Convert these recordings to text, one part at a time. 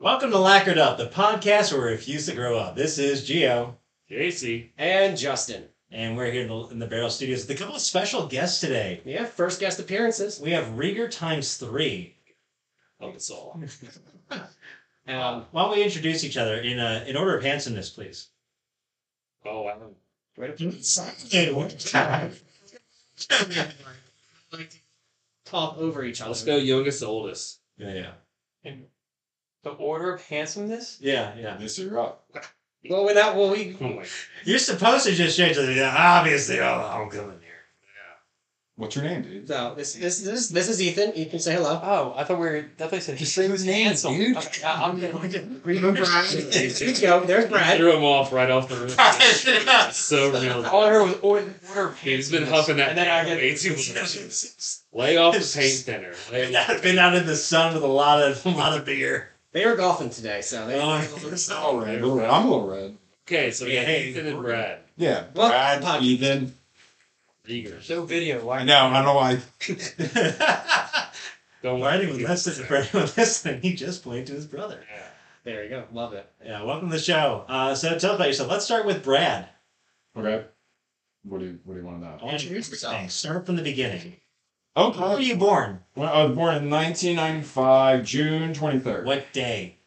Welcome to Lacquered Up, the podcast where we refuse to grow up. This is Geo, Casey. And Justin. and we're here in the, in the Barrel Studios with a couple of special guests today. Yeah, first guest appearances. We have Rieger times three. Help us all. Um, Why don't we introduce each other in uh, in order of handsomeness, please? Oh, wow. right up top over each other. Let's go youngest to oldest. Yeah, yeah, in the order of handsomeness. yeah, yeah. Mr. Rock. Well, we're not. Well, we. Oh my You're supposed to just change it. Yeah, Obviously, oh, I'll, I'll go in there. What's your name, dude? No, this this this this is Ethan. Ethan, say hello. Oh, I thought we were. I thought you said Just say his name, handsome. dude. Okay, I- I'm gonna- Remember Brad. There you go. There's god. Brad. Threw him off right off the roof. so real. All I heard was order. order of He's been business. huffing that Oh, And then I way get too much. Lay off the paint thinner. I've Lay off. not been out in the sun with a lot of a lot of beer. They were golfing today, so they. Oh, all red. Little red. I'm a little red. Okay, so we got Yeah, hey, Ethan and we're- Brad. Yeah. Well, Brad, podcast. Ethan. Rieger. No video. I Why? know. I know why. Don't For worry. anyone listening, for anyone listening, he just played to his brother. Yeah. There you go. Love it. Yeah, welcome to the show. Uh, so tell us about yourself. Let's start with Brad. Okay. What do you What do you want to know? And Introduce yourself. thanks. Start from the beginning. Okay. Where were you born? Well, I was uh, born in 1995, June 23rd. What day?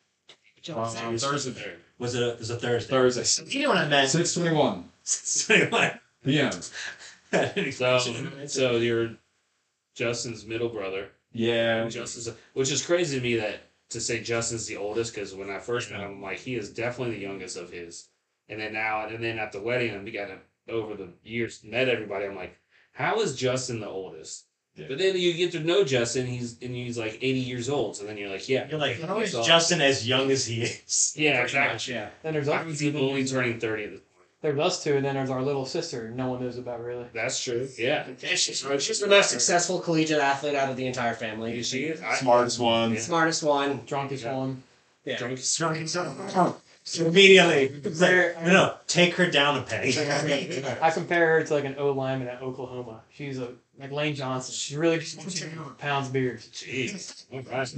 Um, Thursday. Was it a, it was a Thursday? Thursday. You know what I meant. 6:21 Anyway. p.m. So, so you're Justin's middle brother. Yeah. Justin's, which is crazy to me that to say Justin's the oldest because when I first met him, I'm like he is definitely the youngest of his. And then now, and then at the wedding, and we got to, over the years met everybody. I'm like, how is Justin the oldest? Yeah. But then you get to know Justin, he's and he's like 80 years old. So then you're like, yeah, You're like, how is So- Justin as young as he is? yeah, Pretty exactly. much, yeah. Then there's I us. was two, even then only there's- turning 30 at this point. There's us two, and then there's our little sister. No one knows about really. That's true. Yeah, She's the most successful collegiate athlete out of the entire family. she is. I, Smartest one. Yeah. Smartest one. Drunkest Yeah. one. Yeah. Drunk as Immediately. It's like, There- no, no, take her down a peg. I compare her to like an O lineman at Oklahoma. She's a like Lane Johnson. She really just pounds beers. Jeez. Oh, gosh.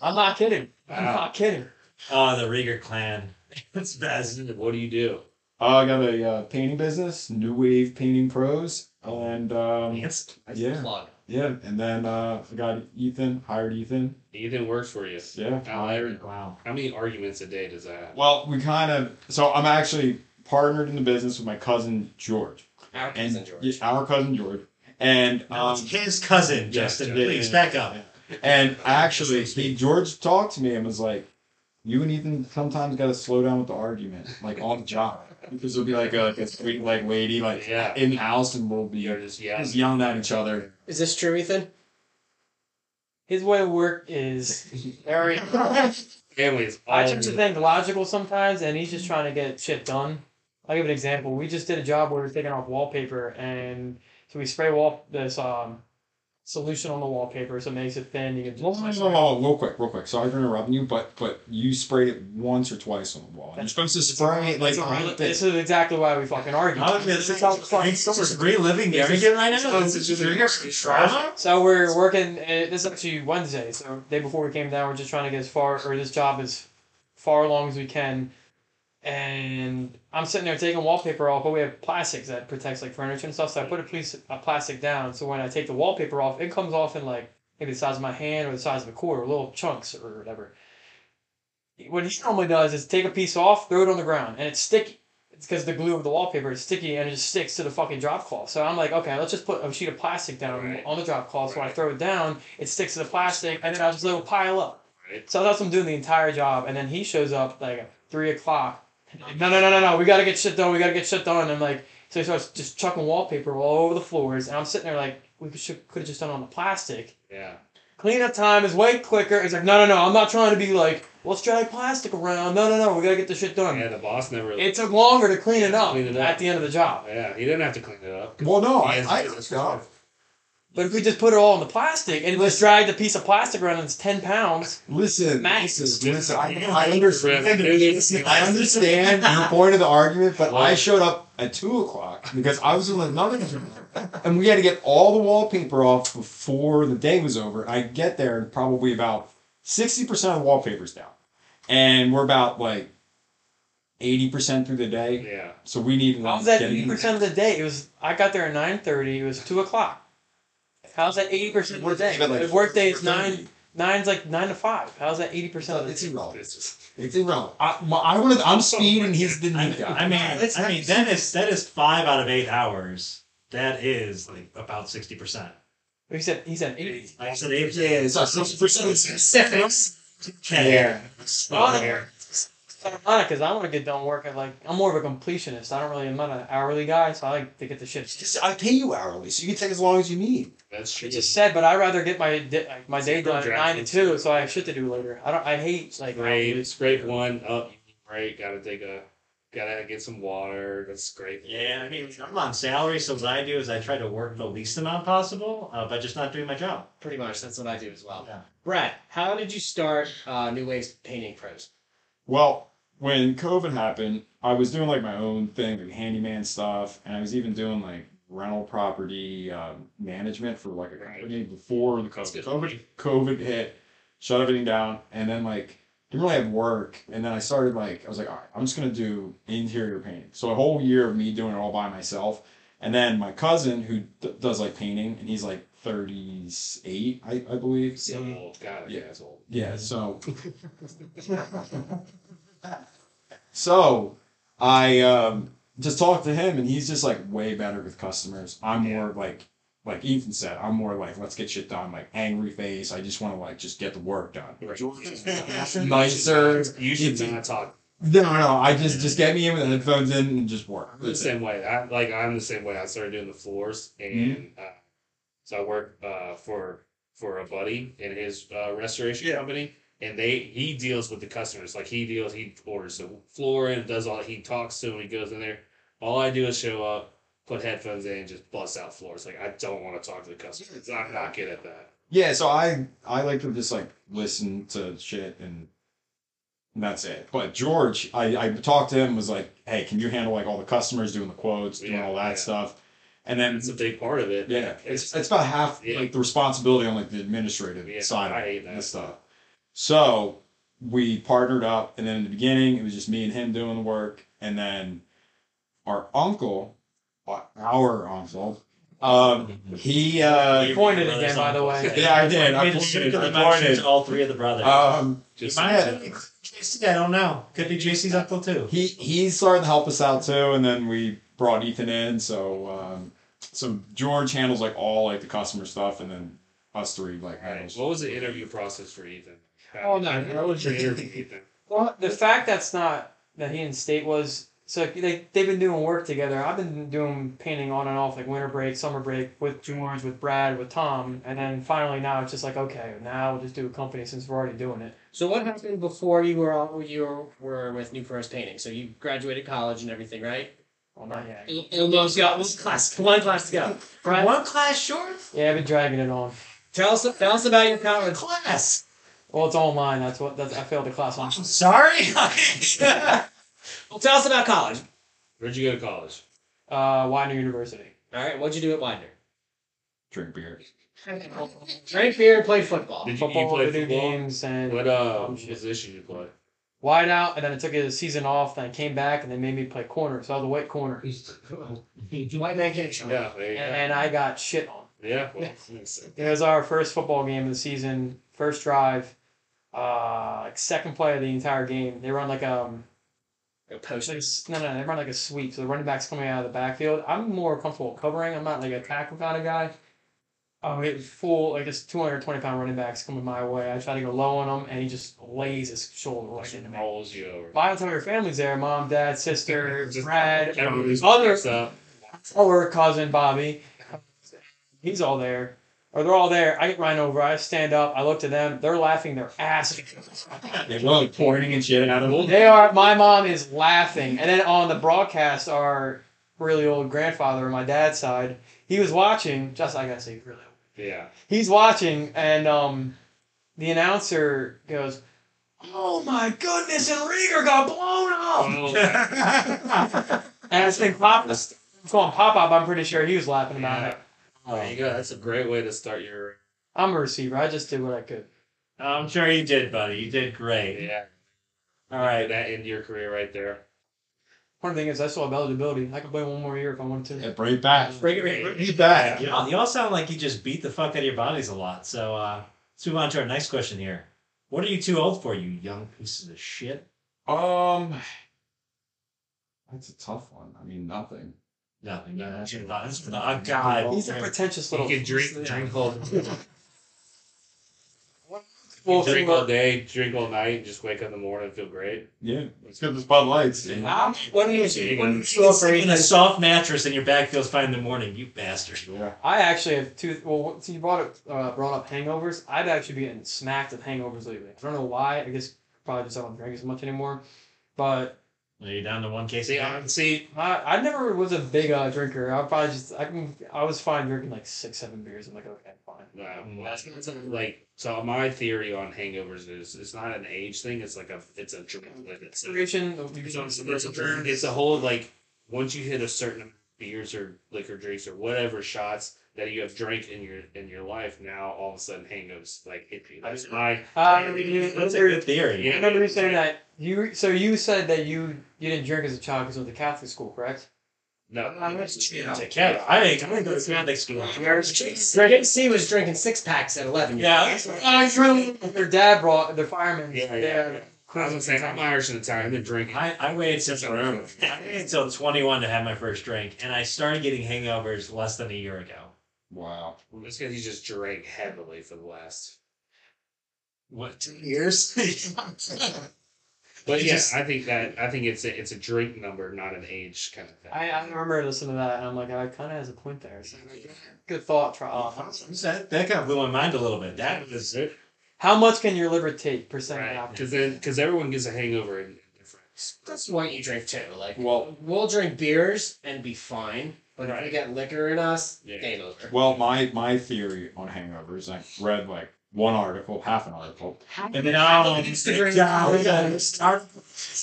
I'm not kidding. I'm Wow. not kidding. Oh, the Rieger clan. It's best. What do you do? Uh, I got a uh, painting business, New Wave Painting Pros, and um, It's- yeah, Plug. yeah, and then uh, I got Ethan, hired Ethan. Ethan works for you. Yeah, How, how Wow. many arguments a day does that happen? Well, we kind of. So I'm actually partnered in the business with my cousin George. Our And cousin George. yeah, our cousin George. And No, um, it's his cousin, yeah, Justin. yeah, Please yeah, back up. and actually, he, George talked to me and was like, "You and Ethan sometimes got to slow down with the argument, like on the job, because there'll be like a, like a sweet like lady like Yeah. in the house, and we'll be You're just yelling. just yelling at each other." Is this true, Ethan? His way of work is very. Family is all I tend to think logical sometimes, and he's just trying to get shit done. I'll give an example. We just did a job where we were taking off wallpaper, and so we spray wall this um solution on the wallpaper, so it makes it thin. You can Well, no, just, no, no, real quick, real quick. Sorry for interrupting you, but but you sprayed it once or twice on the wall. You're supposed to spray it like on the- this is exactly why we fucking argue. I was gonna say, This is how- thanks so much for reliving the argument right now. This is Rieger trauma. So we're working. uh, This is actually Wednesday. So day before we came down, we're just trying to get as far or this job as far along as we can. And I'm sitting there taking wallpaper off, but we have plastics that protects like furniture and stuff. So I put a piece a plastic down. So when I take the wallpaper off, it comes off in like maybe the size of my hand or the size of a quarter, little chunks or whatever. What he normally does is take a piece off, throw it on the ground, and it's sticky. It's because the glue of the wallpaper is sticky and it just sticks to the fucking drop cloth. So I'm like, okay, let's just put a sheet of plastic down Right. on the drop cloth. So when I Right. throw it down, it sticks to the plastic, and then I just let it pile up. Right. So that's what I'm doing the entire job, and then he shows up like at three o'clock. No, no, no, no, no. We gotta get shit done. We gotta get shit done. And I'm like, so he starts just chucking wallpaper all over the floors, and I'm sitting there like, we should could have just done it on the plastic. Yeah. Cleanup time is way quicker. It's like, no, no, no. I'm not trying to be like, let's drag plastic around. No, no, no. We gotta get this shit done. Yeah, the boss never. It took longer to clean it up Clean it up. at the end of the job. yeah, he didn't have to clean it up. Well, no, He I, has I business God. But if we just put it all in the plastic and just dragged a piece of plastic around and it's 10 pounds, Listen, Max listen, listen, I, Yeah. I understand. I understand your point of the argument, but I showed up at two o'clock because I was doing nothing, and we had to get all the wallpaper off before the day was over. I get there and probably about sixty percent of the wallpaper's down. and we're about like eighty percent through the day. Yeah. So we need How like was that getting- eighty percent of the day? It was I got there at nine thirty. It was two o'clock. How's that eighty percent of the day? But, like, The work day is 4:30. nine. Nine's like nine to five. How's that eighty percent of the It's day? irrelevant. It's just, It's irrelevant. I, my, I want to. I'm speed and he's the I, new guy. I mean, That's I mean, nice. that is that is five out of eight hours. That is like about sixty percent. He said he said eighty. I said eight. Yeah, it's like 60% is Stephens. Yeah. Ironic because I want to get done work at like I'm more of a completionist. I don't really I'm not an hourly guy, so I like to get the shit. Just- I pay you hourly, so you can take as long as you need. that's true. It's just sad, but I'd rather get my di- like, my day done at Draft nine to and two, stuff. so I have shit to do later. I don't. I hate like scrape, scrape one up, right? Gotta take a, gotta get some water. That's scrape. Yeah, I mean, I'm on salary, so what I do is I try to work the least amount possible uh, by just not doing my job. Pretty much, that's what I do as well. Yeah. Brad, how did you start uh, New Wave's painting pros? Well, when COVID happened, I was doing like my own thing, like handyman stuff, and I was even doing like rental property um, management for like a company before the That's COVID. good. COVID, COVID hit, shut everything down, and then like didn't really have work, and then I started like I was like, all right, I'm just gonna do interior painting. So a whole year of me doing it all by myself, and then my cousin who d- does like painting, and he's like 38, I, I believe. It's old. God, yeah, Yeah. it's old. Yeah, so. so, I um, just talked to him, and he's just like way better with customers. I'm more like, like Ethan said, I'm more like, let's get shit done, like angry face. I just want to like just get the work done. Nicer. You should not talk. No, no, I just just get me in with the headphones in and just work. I'm the That's it. same way. I like I'm the same way. I started doing the floors, and uh, so I work uh, for for a buddy in his uh, restoration company, and they he deals with the customers. Like he deals, he orders the floor and does all. He talks to him. He goes in there. All I do is show up, put headphones in, and just bust out floors. Like I don't want to talk to the customers. I'm not good at that. Yeah, so I I like to just like listen to shit and and that's it. But George, I, I talked to him was like, hey, can you handle like all the customers doing the quotes, doing Yeah, all that yeah. stuff, and then It's a big part of it. yeah, it's, it's it's about half Yeah. like the responsibility on like the administrative Yeah, side I hate of that. this stuff. So we partnered up, and then in the beginning, it was just me and him doing the work, and then our uncle, uh, our uncle, um, he uh, You pointed again, by the way. yeah, I did. I I pointed. I mentioned pointed. all three of the brothers. Um, just Might have been JC, I don't know. Could be JC's uncle too. he he started to help us out too, and then we brought Ethan in. So um, so George handles like all like the customer stuff, and then us three like Alright, handles. What was the interview process for Ethan? Oh, no, How was your interview, Ethan? Well, the fact that's not that he and State was so like, they they've been doing work together. I've been doing painting on and off like winter break, summer break with George, with Brad, with Tom, and then finally now it's just like okay, now we'll just do a company since we're already doing it. So what happened before you were all, you were with New Pros Painting? So you graduated college and everything, right? Well, not yet. Almost got one class, one class to go. Brad, one class short. Yeah, I've been dragging it on. Tell us, tell us about your college. Class. Well, it's online. That's what that's, I failed the class on. I'm sorry. well, tell us about college. Where'd you go to college? Uh, Widener University. All right, what'd you do at Widener? Drink beer. Drink beer and play football. Did you, you Football, play video football? games, and What uh, um, shit. position you play? wide out, and then I took a season off. Then I came back, and they made me play corner, so I was a white corner, White man can't show. Yeah, there you and, and I got shit on. go. yeah. Well, it's- It was our first football game of the season, first drive, uh, like second play of the entire game. They run like um, it's like a s- no, no, they run like a sweep. So the running back's coming out of the backfield. I'm more comfortable covering. I'm not like a tackle kind of guy. Um, it was full like this 220 pound running back's coming my way. I try to go low on him, and he just lays his shoulder right into it me. rolls you over. My entire family's there: mom, dad, sister, Just- Brad, Everybody's other picks up. or cousin Bobby. He's all there. Or they're all there. I get run over. I stand up. I look to them. They're laughing their ass. They were like pointing and shit out of them. They are. My mom is laughing. And then on the broadcast, our really old grandfather on my dad's side, he was watching. Just I gotta say, really. old. Yeah. He's watching, and um, the announcer goes, "Oh my goodness, and Rieger got blown up." Oh, And I think Pop was going pop up. I'm pretty sure he was laughing about yeah. it. There you go. That's a great way to start your. I'm a receiver. I just did what I could. I'm sure you did, buddy. You did great. Yeah. All right. That end your career right there. One thing is, I still have eligibility. I could play one more year if I wanted to. Yeah, bring it back. Bring it, bring it- Bring it back. Y'all, y'all sound like you just beat the fuck out of your bodies a lot. So uh, let's move on to our next question here. What are you too old for, you young pieces of shit? Um, that's a tough one. I mean, nothing. Nothing. Yeah, that's- You're not- that's not- oh, God. He's a pretentious You little. can drink, drink all, Well, drink all day, drink all night, and just wake up in the morning and feel great. Yeah, let's get the spotlights. Yeah. I'm- What are you There you what are you go. too afraid In a of? soft mattress and your back feels fine in the morning, you bastard. yeah. I actually have two. Well, what- so you brought up uh, brought up hangovers. I've actually been getting smacked with hangovers lately. I don't know why. I guess probably just I don't drink as much anymore. But Are you down to one case? See, I, see, I, I never was a big uh, drinker. I probably just I can I was fine drinking like six seven beers. I'm like okay fine. uh, that's- that's a- like so. My theory on hangovers is it's not an age thing. It's like a it's a drink. Like it's a, Creation, you It's, it's, can- a, it's a whole like once you hit a certain amount of beers or liquor drinks or whatever shots that you have drank in your in your life now all of a sudden hangovers like hit you. That's my Uh, That's a good theory. I remember you saying that you. So you said that you you didn't drink as a child because of the Catholic school, correct? no. Yeah. It's a cat. I think I'm gonna go to Catholic school. Drinking C was drinking six packs at eleven. years Yeah. Their dad brought the firemen. Yeah, yeah, there. yeah. I was gonna say I'm Irish and Italian. I've been drinking. I, I waited since I waited until 21 to have my first drink, and I started getting hangovers less than a year ago. Wow. It's because you just drank heavily for the last. What two years? But You yeah, just- I think that I think it's a, it's a drink number, not an age kind of thing. I, I remember listening to that and I'm like, I kind of has a point there. So good thought, uh, trial. that, that kind of blew my mind a little bit. That was it. How much can your liver take percent Right. after? Because then because everyone gets a hangover in different. That's what you drink too. Like Well- we'll drink beers and be fine, but if we Right. get liquor in us, Yeah. game over. Well, my my theory on hangovers, I read like one article, half an article, and then no. Yeah, we gotta start.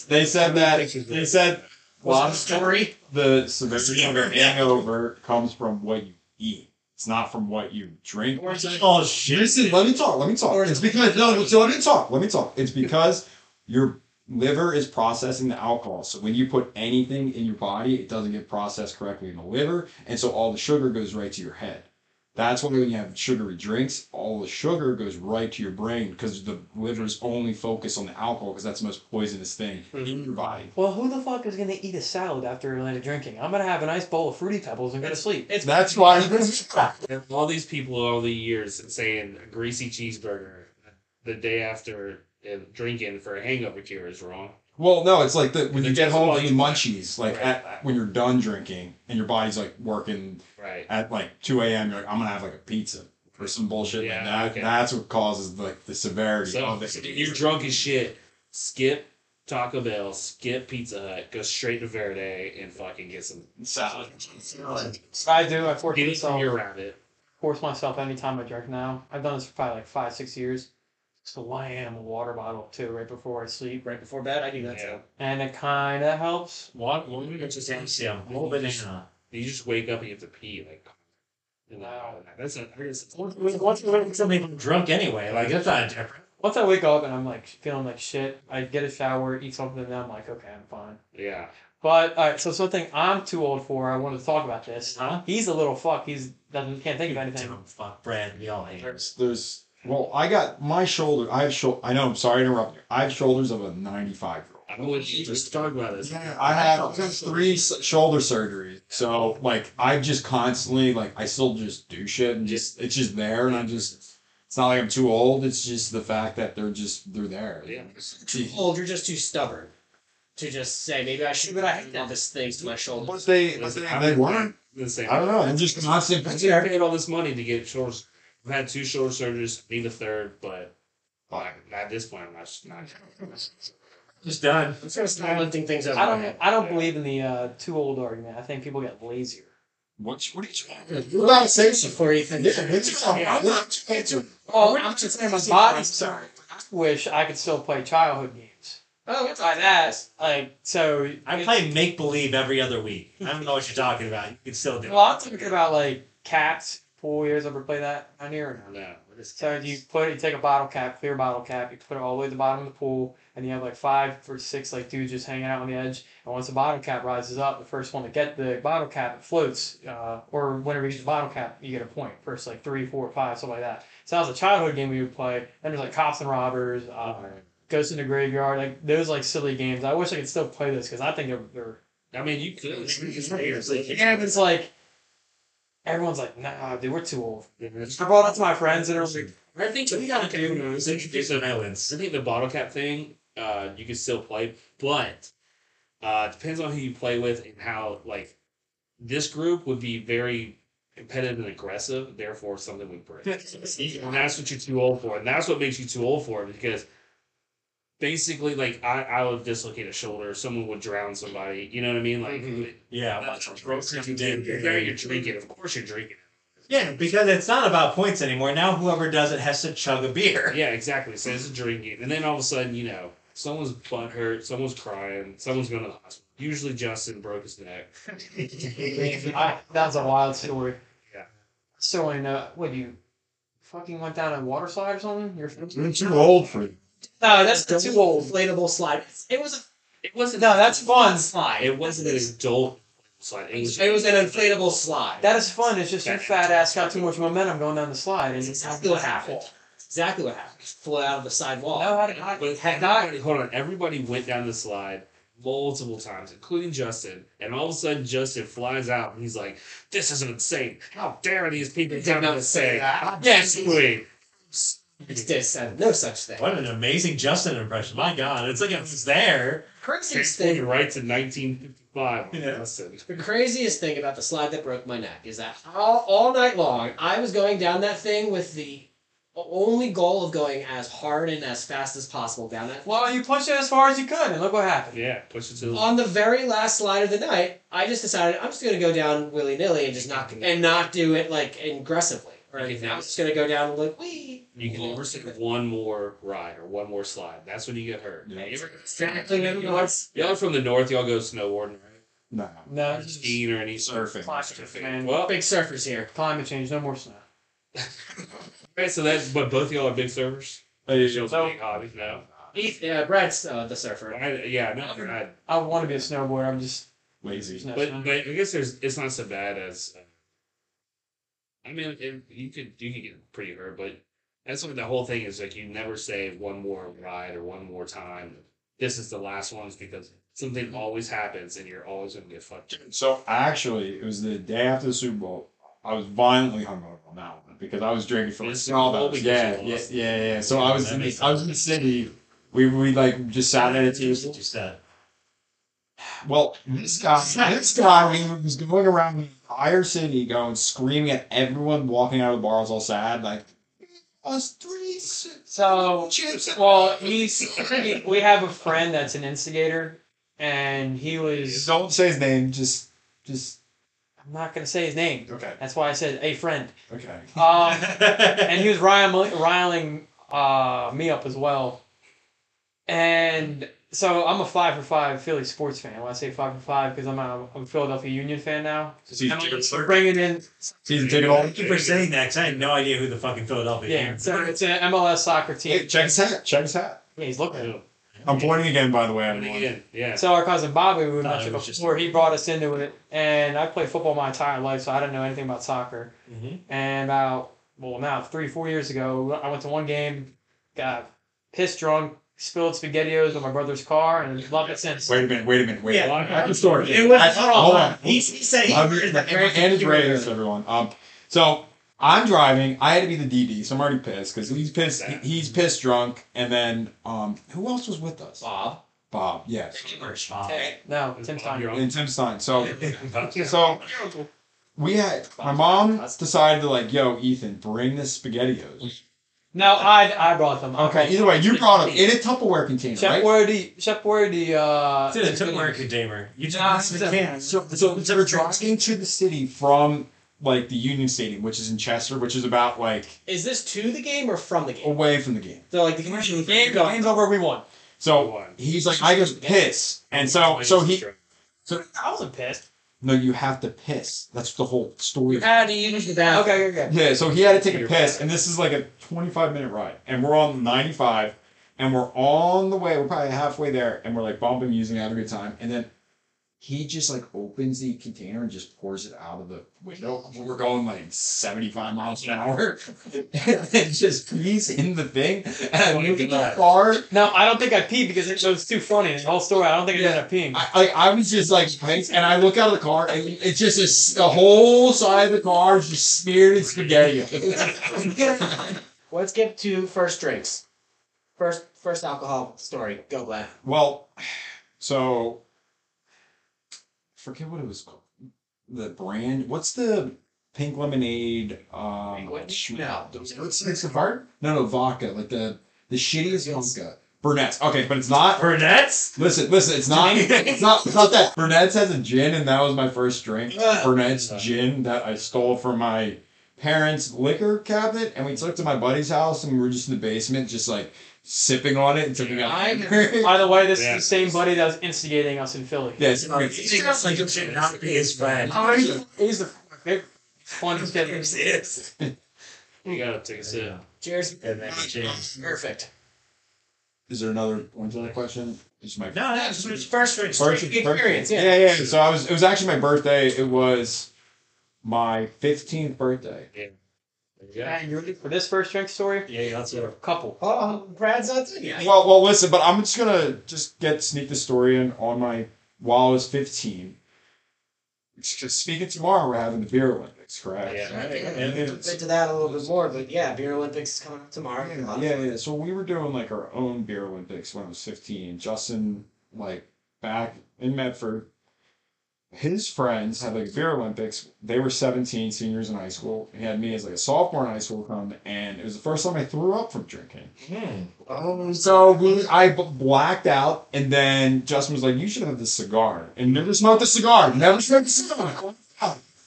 they said that they said well, I'm story. the severity of a Yeah. hangover comes from what you eat. It's not from what you drink. Oh shit! Listen, let me talk. Let me talk. It's because no, so let me talk. Let me talk. It's because your liver is processing the alcohol. So when you put anything in your body, it doesn't get processed correctly in the liver, and so all the sugar goes right to your head. That's why when you have sugary drinks, all the sugar goes right to your brain because the liver's only focused on the alcohol because that's the most poisonous thing in your body. Well, who the fuck is going to eat a salad after a night of drinking? I'm going to have a nice bowl of Fruity Pebbles and go to sleep. It's, that's why. And all these people all the years saying a greasy cheeseburger the day after uh, drinking for a hangover cure is wrong. Well, no, it's like the, It's when you get just home, about you you- munchies. Like Right. at, when you're done drinking and your body's like working Right. at like 2 a.m. You're like, I'm gonna have like a pizza or some bullshit. Yeah, like that okay. that's what causes like the severity So of it. if you're drunk as shit. Skip Taco Bell, skip Pizza Hut, go straight to Verde and fucking get some. salad. I do. I force Get it from myself, your rabbit. force myself anytime I drink now. I've done this for probably like five, six years. So wham, a water bottle too, right before I sleep. Right before bed, I do that Yeah. too. And it kind of helps. What? What we just see a whole banana. You just wake up and you have to pee like. in the- Wow. That's a, I guess it's- Once you make somebody drunk anyway, like that's not different. Once I wake up and I'm like feeling like shit, I get a shower, eat something, and I'm like, okay, I'm fine. yeah. But all right, so something I'm too old for. I wanted to talk about this. Huh? He's a little fuck. He's doesn't can't think of anything. Dumb fuck, Brad. We all hate him. There's well, I got my shoulder. I have shoulder. I know. I'm sorry to interrupt you. I have shoulders of a 95 year old. I don't want you just talk about this. I have three s- shoulder surgeries, so like I just constantly like I still just do shit and just it's just there, and I'm just it's not like I'm too old. It's just the fact that they're just they're there. Yeah. Jeez. Old, you're just too stubborn to just say maybe I should. But I hate all this thing to my shoulder. But they, but Listen, they, I'm they weren't. the same. I don't know. I'm just constant. I just paid all this money to get shoulder. I've had two shoulder surgeries. Need a third, but I- at this point, I'm not. just not Just done. I'm just gonna start lifting things over I my head. don't. I don't believe in the uh, too old argument. I think people get lazier. What, what are you trying to You're not safe before you think. I'm not Oh, I'm just saying my body. Wish I could still play childhood games. Oh, that's By that, like so. I play make believe every other week. I don't know what you're talking about. You can still do Well, I'm it. talking about like cats, pool years ever play that down here? Or no? I don't know. What is So you put you take a bottle cap, clear bottle cap, you put it all the way at the bottom of the pool, and you have like five or six like dudes just hanging out on the edge. And once the bottle cap rises up, the first one to get the bottle cap it floats, uh, or whenever you get the bottle cap, you get a point. First like three, four, five, something like that. So that was a childhood game we would play. Then there's like cops and robbers, uh, ghosts in the graveyard, like those like silly games. I wish I could still play those because I think they're, they're I mean, you could. yeah, but it's like everyone's like, nah, dude, we're too old. I I brought it to my friends and it was like, think What you gotta do is introduce some islands. I think the bottle cap thing, uh, you can still play, but uh, it depends on who you play with and how. Like, this group would be very competitive and aggressive, therefore something would break. and that's what you're too old for, and that's what makes you too old for it because. Basically, like I, I would dislocate a shoulder. Someone would drown somebody. You know what I mean? Like, Mhm. Yeah, that's watch drunk them you drink. did. You're there, you're drinking. Of course, you're drinking. Yeah, because it's not about points anymore. Now whoever does it has to chug a beer. Yeah, exactly. So it's a drink game. And then all of a sudden, you know, someone's butt hurt, someone's crying, someone's going to the hospital. Usually Justin broke his neck. I, that's a wild story. Yeah. So in uh, what you fucking went down a water slide or something? You're I'm too old for it. no, that's too old. Inflatable slide. It was It wasn't. No, that's fun. slide. It wasn't an adult slide. It was, It was an inflatable slide. That is fun. It's just your fat ass got too much momentum going down the slide. And That's exactly what happened. That's exactly what happened. Flew out of the sidewalk. No, how did I? but had I- everybody, hold on. Everybody went down the slide multiple times, including Justin. And all of a sudden, Justin flies out and he's like, This is insane. How dare these people Did down not the say say that. Yes, we. It's this and no such thing. What an amazing Justin impression. My God, it's like it was there. Craziest Transformed thing. right to 1955. Yeah. Justin. The craziest thing about the slide that broke my neck is that all, all night long I was going down that thing with the only goal of going as hard and as fast as possible down that. Well, you pushed it as far as you could, and look what happened. Yeah, push it to the On the very last slide of the night, I just decided I'm just gonna go down willy nilly and just Mm-hmm. not and not do it like aggressively or anything. I'm just gonna go down like wee. You can never take one more ride or one more slide. That's when you get hurt. Yeah. Hey, you ever- Exactly what it was. Y'all are from the north. Y'all go snowboarding, right? No. No, Or it's just skiing or any sort Surfing. climate of change, thing. man. Well, Big surfers here. climate change, no more snow. okay, so that. But both y'all are big surfers. Hey, Y'all's No. big hobby. No. Ethan- uh, Brad's uh, the surfer. I, yeah, no. I, I want to be a snowboarder. I'm just there's Lazy. no but snow. but I guess there's. It's not so bad as. uh, I mean, it, you could you could get pretty hurt, but that's what the whole thing is. Like, you never say one more ride or one more time. This is the last ones because something always happens, and you're always gonna get fucked. up. So actually, it was the day after the Super Bowl. I was violently hungover on that one because I was drinking for like This all Bowl those. because Yeah, you yeah, lost. yeah, yeah. So I was That in the, makes I was in the city. We we like just sat at a table. Just uh, that. Well, this guy, this guy was going around the entire city, going screaming at everyone walking out of the bars, all sad, like us three s- So, chips. well, he's we have a friend that's an instigator, and he was Don't say his name. Just, just I'm not gonna say his name. okay, That's why I said a friend. okay. Um, and he was riling, riling uh, me up as well. And so I'm a five for five Philly sports fan. When I say five for five, because I'm a, I'm a Philadelphia Union fan now. So he's I'm like, Jared we're Slurk? bringing in He's a dickle. Thank you for saying that because I had no idea who the fucking Philadelphia yeah. is. So it's an MLS soccer team. Hey, check his hat. Check his hat. Yeah, he's looking. I'm pointing again, by the way, And everyone. again, yeah. So our cousin Bobby, we Thought it mentioned was just- before, he brought us into it, and I played football my entire life, so I didn't know anything about soccer. Mhm. And about well now three four years ago, I went to one game, got pissed drunk, spilled SpaghettiOs on my brother's car, and loved it since. Wait a minute. Wait a minute. Wait. Yeah. Back to story. It was- I- hold on. He, he said he I'm, heard that. and it's Raiders, everyone. Um, so I'm driving. I had to be the DD, so I'm already pissed because he's pissed. he- he's pissed drunk, and then um, who else was with us? Bob. Bob, yes, Bob. No, Tim Stein. You're on- and Tim Stein. So So, we had my mom decided to like, yo, Ethan, bring the Spaghettios. No, I I brought them. Okay, either way, you brought them in a Tupperware container, Chef right? Wordy, Chef Wordy, uh. It's in a Tupperware container. You just Nah, it's it's a a- can. So, so we're driving to the city from like the Union Stadium, which is in Chester, which is about like Is this to the game or from the game? away from the game. So like the commercial Game, game's over, we won. Oh, So he's like, I just piss, and so so he I wasn't pissed. No, you have to piss. That's the whole story. How do you use the bathroom? Okay, okay. Yeah, so he had to take a You're piss, right. and this is like a 25 minute ride, and we're on 95, and we're on the way. We're probably halfway there, and we're like bumping music, having a good time, and then he just like opens the container and just pours it out of the window. We're going like 75 miles an hour, and it just pees in the thing, and Oh I my look at the God. car. Now I don't think I peed because it was too funny. The whole story. I don't think I ended up peeing. I, I, I was just like pissed, and I look out of the car, and it just is the whole side of the car is just smeared in spaghetti. Let's get to first drinks. First, first alcohol story. Go, Glenn. Well, so forget what it was called. The brand. What's the pink lemonade? Um, Language? sh- No. What's it's a bar? No, no, vodka. Like the the shittiest Yes. vodka. Burnett's. Okay, but it's not. Burnett's? Listen, listen. It's not. It's not. It's not that. Burnett's has a gin, and that was my first drink. Ugh. Burnett's gin that I stole from my parents' liquor cabinet, and we took to my buddy's house, and we were just in the basement, just like sipping on it until we got. I'm- By the way, this Yeah. is the same buddy that was instigating us in Philly. Yeah, it's Oh, he sounds like it should not be his friend. crazy. He's the they're fun kid. Yes, it is. You gotta take a sip. Yeah. Cheers. And then we change. Perfect. Is there another one to that question? It's my No, that's his first drink. First- Experience, first- yeah. yeah, yeah. So I was. It was actually my birthday. It was my fifteenth birthday. Yeah. you ready for this first drink story? Yeah, that's it. Couple. Oh, Brad's not done yet. Well, well, listen, but I'm just gonna just get sneak the story in on my while I was fifteen. Because speaking tomorrow, we're having the beer Olympics, correct? Yeah. And We'll get to that a little bit more, but yeah, Beer Olympics is coming up tomorrow. A lot Yeah, of yeah, fun. yeah. So we were doing like our own beer Olympics when I was 15. Justin, like back in Medford, his friends had like beer Olympics. They were 17 seniors in high school. He had me as like a sophomore in high school come, and it was the first time I threw up from drinking. Hmm. Oh, so we, I b- blacked out, and then Justin was like, "You should have the cigar," and never smoked a cigar. Never smoked a cigar.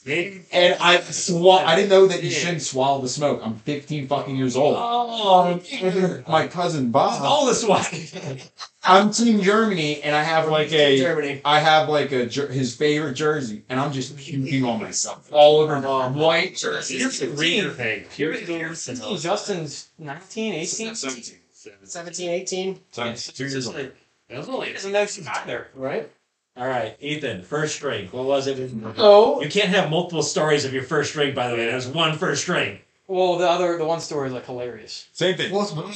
Yeah. And I swa- I didn't know that you shouldn't swallow the smoke. I'm 15 fucking years old. Oh, My Mm-hmm. cousin Bob. Oh. all this wine. I'm Team Germany, and I have like a, Germany. I have like a jer- his favorite jersey, and I'm just puking on myself Oh. all over my white jersey. It's a reader thing. Pure Hey, delusional. Justin's 19, 18. 17. 17, 18, So, two years old. That was only He doesn't know she's either. right? All right, Ethan, first drink. What was it? You Oh. can't have multiple stories of your first drink, by the way. There's one first drink. Well, the other the one story is like hilarious. Same thing.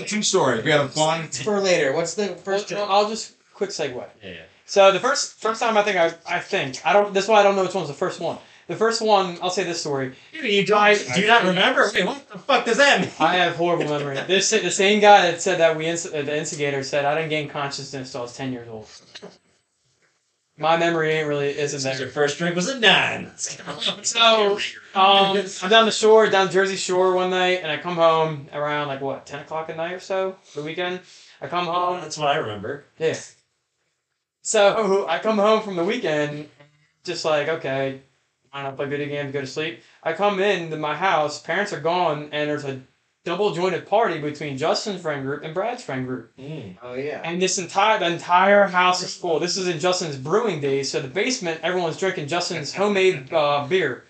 two stories. We had a fun. It's for later. What's the first Well, drink? I'll just quick segue. Yeah. So the first first time I think I I think I don't. That's why I don't know which one's the first one. The first one I'll say this story. You guys do not remember? Wait, what the fuck does that mean? I have horrible memory. This the same guy that said that we inst- uh, the instigator said I didn't gain consciousness till I was ten years old. My memory ain't really isn't This is there. your first drink was a nine. So um, I'm down the shore, down Jersey Shore one night, and I come home around like what ten o'clock at night or so the weekend. I come home. That's what I remember. Yeah. So I come home from the weekend, just like okay, I don't know, play video games, go to sleep. I come in to my house, parents are gone, and there's a double jointed party between Justin's friend group and Brad's friend group, Mm. Oh, yeah. and this entire the entire house is full. This is in Justin's brewing days, so the basement everyone's drinking Justin's homemade uh, beer.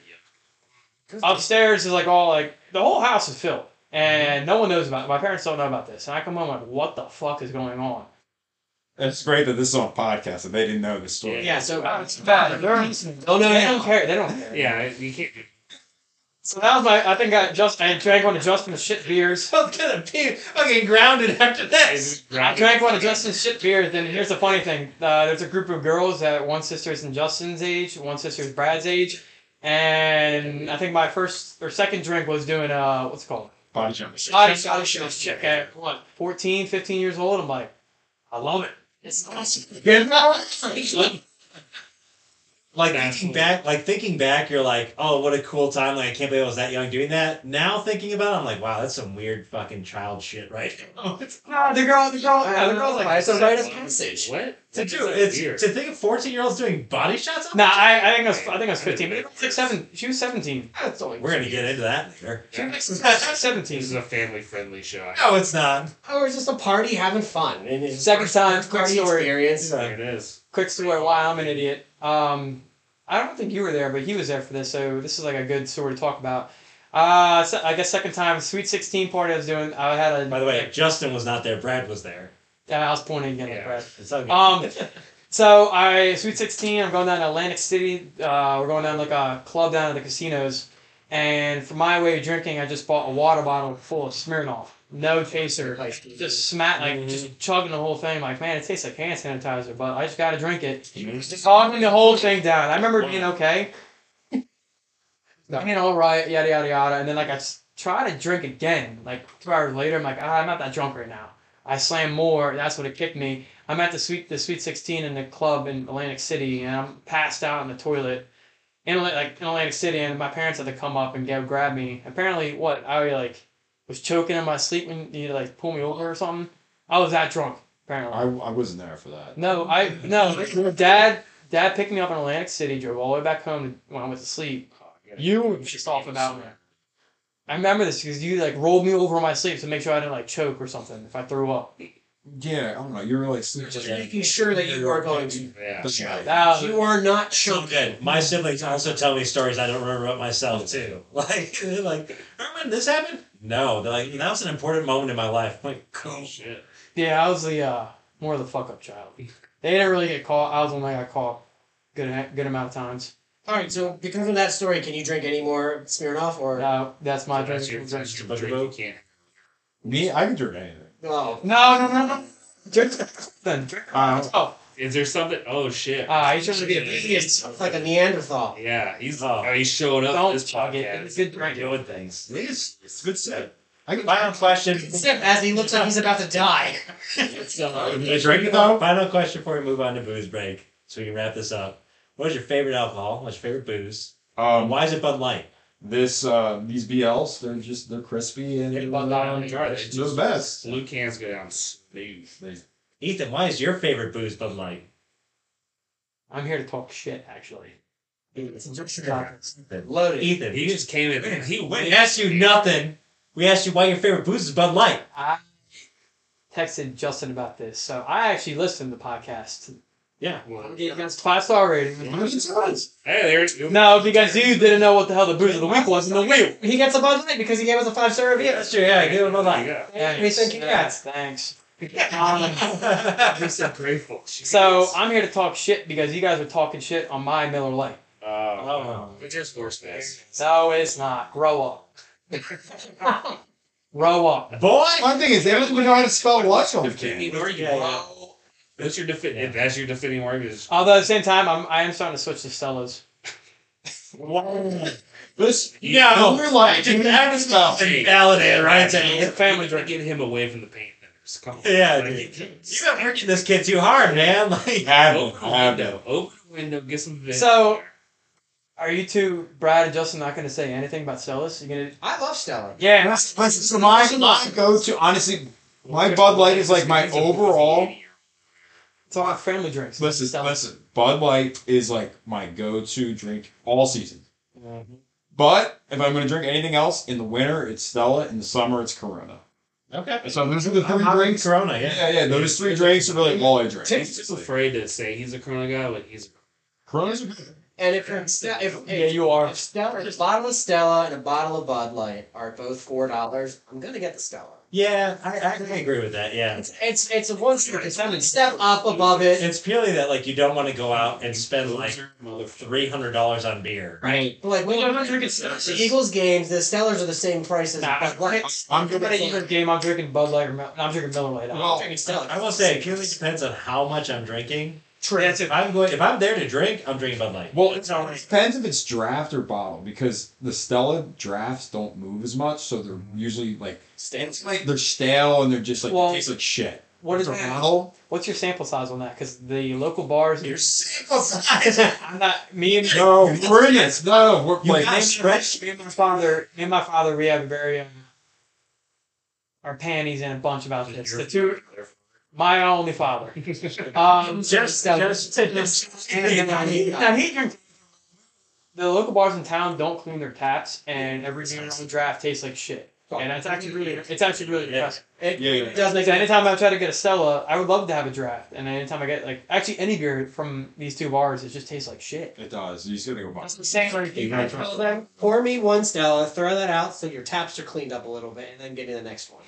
Upstairs is like all like the whole house is filled, and no one knows about it. My parents don't know about this, and I come home like, what the fuck is going on? It's great that this is on a podcast and they didn't know the story. Yeah, so. uh, Oh, it's bad. They're Don't know They now. don't care. They don't care. Yeah, you can't. So that was my. I think I just I drank one of Justin's shit beers. So gonna be fucking grounded after this. I drank one of Justin's shit beers. Then here's the funny thing. Uh, there's a group of girls that one sister's in Justin's age, one sister's Brad's age, and I think my first or second drink was doing uh what's it called Body jump. body shot shit. Shit, okay, what 14, 15 years old. I'm like, I love it. It's awesome. Like That's thinking cool. back, like thinking back, you're like, oh, what a cool time! Like I can't believe I was that young doing that. Now thinking about, it, I'm like, wow, that's some weird fucking child shit, right? now. No, the girl, the girl, I no, the girl's like. it's a rite of passage. What? to That's do so it's weird. to think of 14 year olds doing body shots. Nah, I, I think I was, I think I was fifteen. But it was like seven. She was seventeen. That's only We're gonna get into that later. Seventeen. This is a family friendly show. No, it's not. Or Oh, it's just a party having fun. And it's Second time, party quick story. experience. There it is. quick story why I'm an idiot. Um, I don't think you were there, but he was there for this, so this is like a good story to talk about. Uh, se- I guess second time, Sweet 16 party I was doing, I had a. By the way, Justin was not there. Brad was there. I was pointing again at Yeah. Brad. It's okay. Um, So I Sweet Sixteen. I'm going down to Atlantic City. Uh, we're going down like a club down at the casinos, and for my way of drinking, I just bought a water bottle full of Smirnoff, no chaser, Ice cream. just smack like Mhm. just chugging the whole thing. Like man, it tastes like hand sanitizer, but I just gotta drink it. You missed it. Just hogging the whole thing down. I remember being okay. No. I mean, all right, yada yada yada, and then like I s- try to drink again. Like two hours later, I'm like, ah, I'm not that drunk right now. I slam more. and That's what it kicked me. I'm at the sweet the sweet sixteen in the club in Atlantic City, and I'm passed out in the toilet in Atla- like in Atlantic City, and my parents had to come up and get grab me. Apparently, what I like was choking in my sleep and you like pull me over or something. I was that drunk apparently. I, I wasn't there for that. No, I no. Dad, Dad picked me up in Atlantic City, drove all the way back home when I went to sleep. Oh, You were pissed off about me. I remember this because you like rolled me over in my sleep to make sure I didn't like choke or something if I threw up. Yeah, I don't know. You were like Just sleeping. making sure that you are going to. Yeah. Doesn't matter. That was- You are not so chunky. good. My siblings also tell me stories I don't remember about myself too. Like they're like, remember when this happened? No, they're like that was an important moment in my life. I'm like, Oh cool. shit. yeah, I was the uh, more of the fuck up child. They didn't really get caught. I was the one that got caught good good amount of times. All right, so because of that story, can you drink any more Smirnoff or? Uh, that's my So that's your, drink. that's your Bugaboo. drink. You can't. Me, I could drink anything. Oh, No, no, no, no. Drink then. Drink. Uh, Oh, Is there something? Oh shit. Ah, he's trying to be a beast, like a Neanderthal. Yeah, he's Oh. oh, he's showing up. at don't this chug it. podcast. It's a good We're drink. doing things. It is. It's a good sip. I could Final question. Except as he looks like he's about to die. It's, uh, I drink it though. Final question before we move on to booze break, so we can wrap this up. What is your favorite alcohol? What's your favorite booze? And Um, why is it Bud Light? this uh, these BLs, they're just they're crispy and Yeah, Bud Light on the jar, they they're just- the best. Blue cans go down smooth. They, Ethan, why is your favorite booze Bud Light? I'm here to talk shit, actually. Loaded. Ethan, He just came in. Man, he we went. asked you nothing. We asked you why your favorite booze is Bud Light. I texted Justin about this, so I actually listened to the podcast. Well, You guys five star rating. Look at the tons. Hey, there's no. No, because you didn't know what the hell the booze of the week was in the wheel. He gets a Bud Light because he gave us a five star Yeah, review. that's true. Yeah, give it Bud Light. Yeah. Thanks. Ethan, congrats. Thanks. Um, I'm so grateful. Jeez. so I'm here to talk shit because you guys were talking shit on my Miller Lite. Oh, Oh. but just worse mess. No, it's not. Grow up. Grow up. Boy, One thing is, they don't even know how to spell lunch on the Defending can. argument. Yeah, yeah. That's your defending. Yeah. That's your defending argument. is- Although at the same time, I'm I am starting to switch to Stellas. This No. Miller Lite, I didn't have to spell. Validated, right? It's a You family drink. Get him away from the paint thinners. Come on. Yeah, Like, dude. been working this kid too hard, man. Like, Have Open it, the have it. window. Open the window. Get some. vent. So- Are you two, Brad and Justin, not going to say anything about Stellas? You gonna? I love Stella. Yeah. That's, that's, so my, my go to, honestly, my Bud Light is like my overall. It's all family drinks. Listen, Stellas. listen. Bud Light is like my go to drink all season. But if I'm going to drink anything else, in the winter it's Stella, in the summer it's Corona. okay. So those are the I'm three not drinks. Corona, yeah. Yeah, yeah, those three drinks are really all I drink. He's just afraid to say he's a Corona guy, but he's. Coronas are good. And if it's Ste- if, if, Yeah, you are. if Stella, if a bottle of Stella and a bottle of Bud Light are both four dollars, I'm gonna get the Stella. Yeah, I, I I agree with that, yeah. It's it's it's a one step. It's a step up above it. It's purely that, like, you don't want to go out and spend, like, motherfucker. $300 on beer. Right. But like we Well, I'm not drinking Stella. The Eagles games, the Stellars are the same price as Nah, Bud Light. I'm I'm gonna. at Eagles game. I'm drinking Bud Light. Or, Mil- no, I'm drinking Miller Lite. Well, drinking Stella. I will say, it purely depends on how much I'm drinking. True. If I'm going, if I'm there to drink, I'm drinking Bud Light. Well, it depends if it's draft or bottle because the Stella drafts don't move as much, so they're usually like Stands they're stale and they're just like Well, taste like shit. what is a that? bottle? What's your sample size on that? Because the local bars. sample Uh, I'm not. Me and No, we're in it. No, we're You like gotta stretch. Me and my father. Me and my father. We have a very um, our panties in a bunch about this. The two. My only father. Um. Just, just, and, um, now he drinks- The local bars in town don't clean their taps, and every beer on the draft tastes like shit. and that's actually really it's actually really Yeah. depressing. It, Yeah, yeah. it does make So sense. anytime I try to get a Stella, I would love to have a draft. And anytime I get like actually any beer from these two bars, it just tastes like shit. It does. You just gotta go buy. That's the same like You gotta trust them. Pour me one Stella, throw that out so your taps are cleaned up a little bit, and then get in the next one.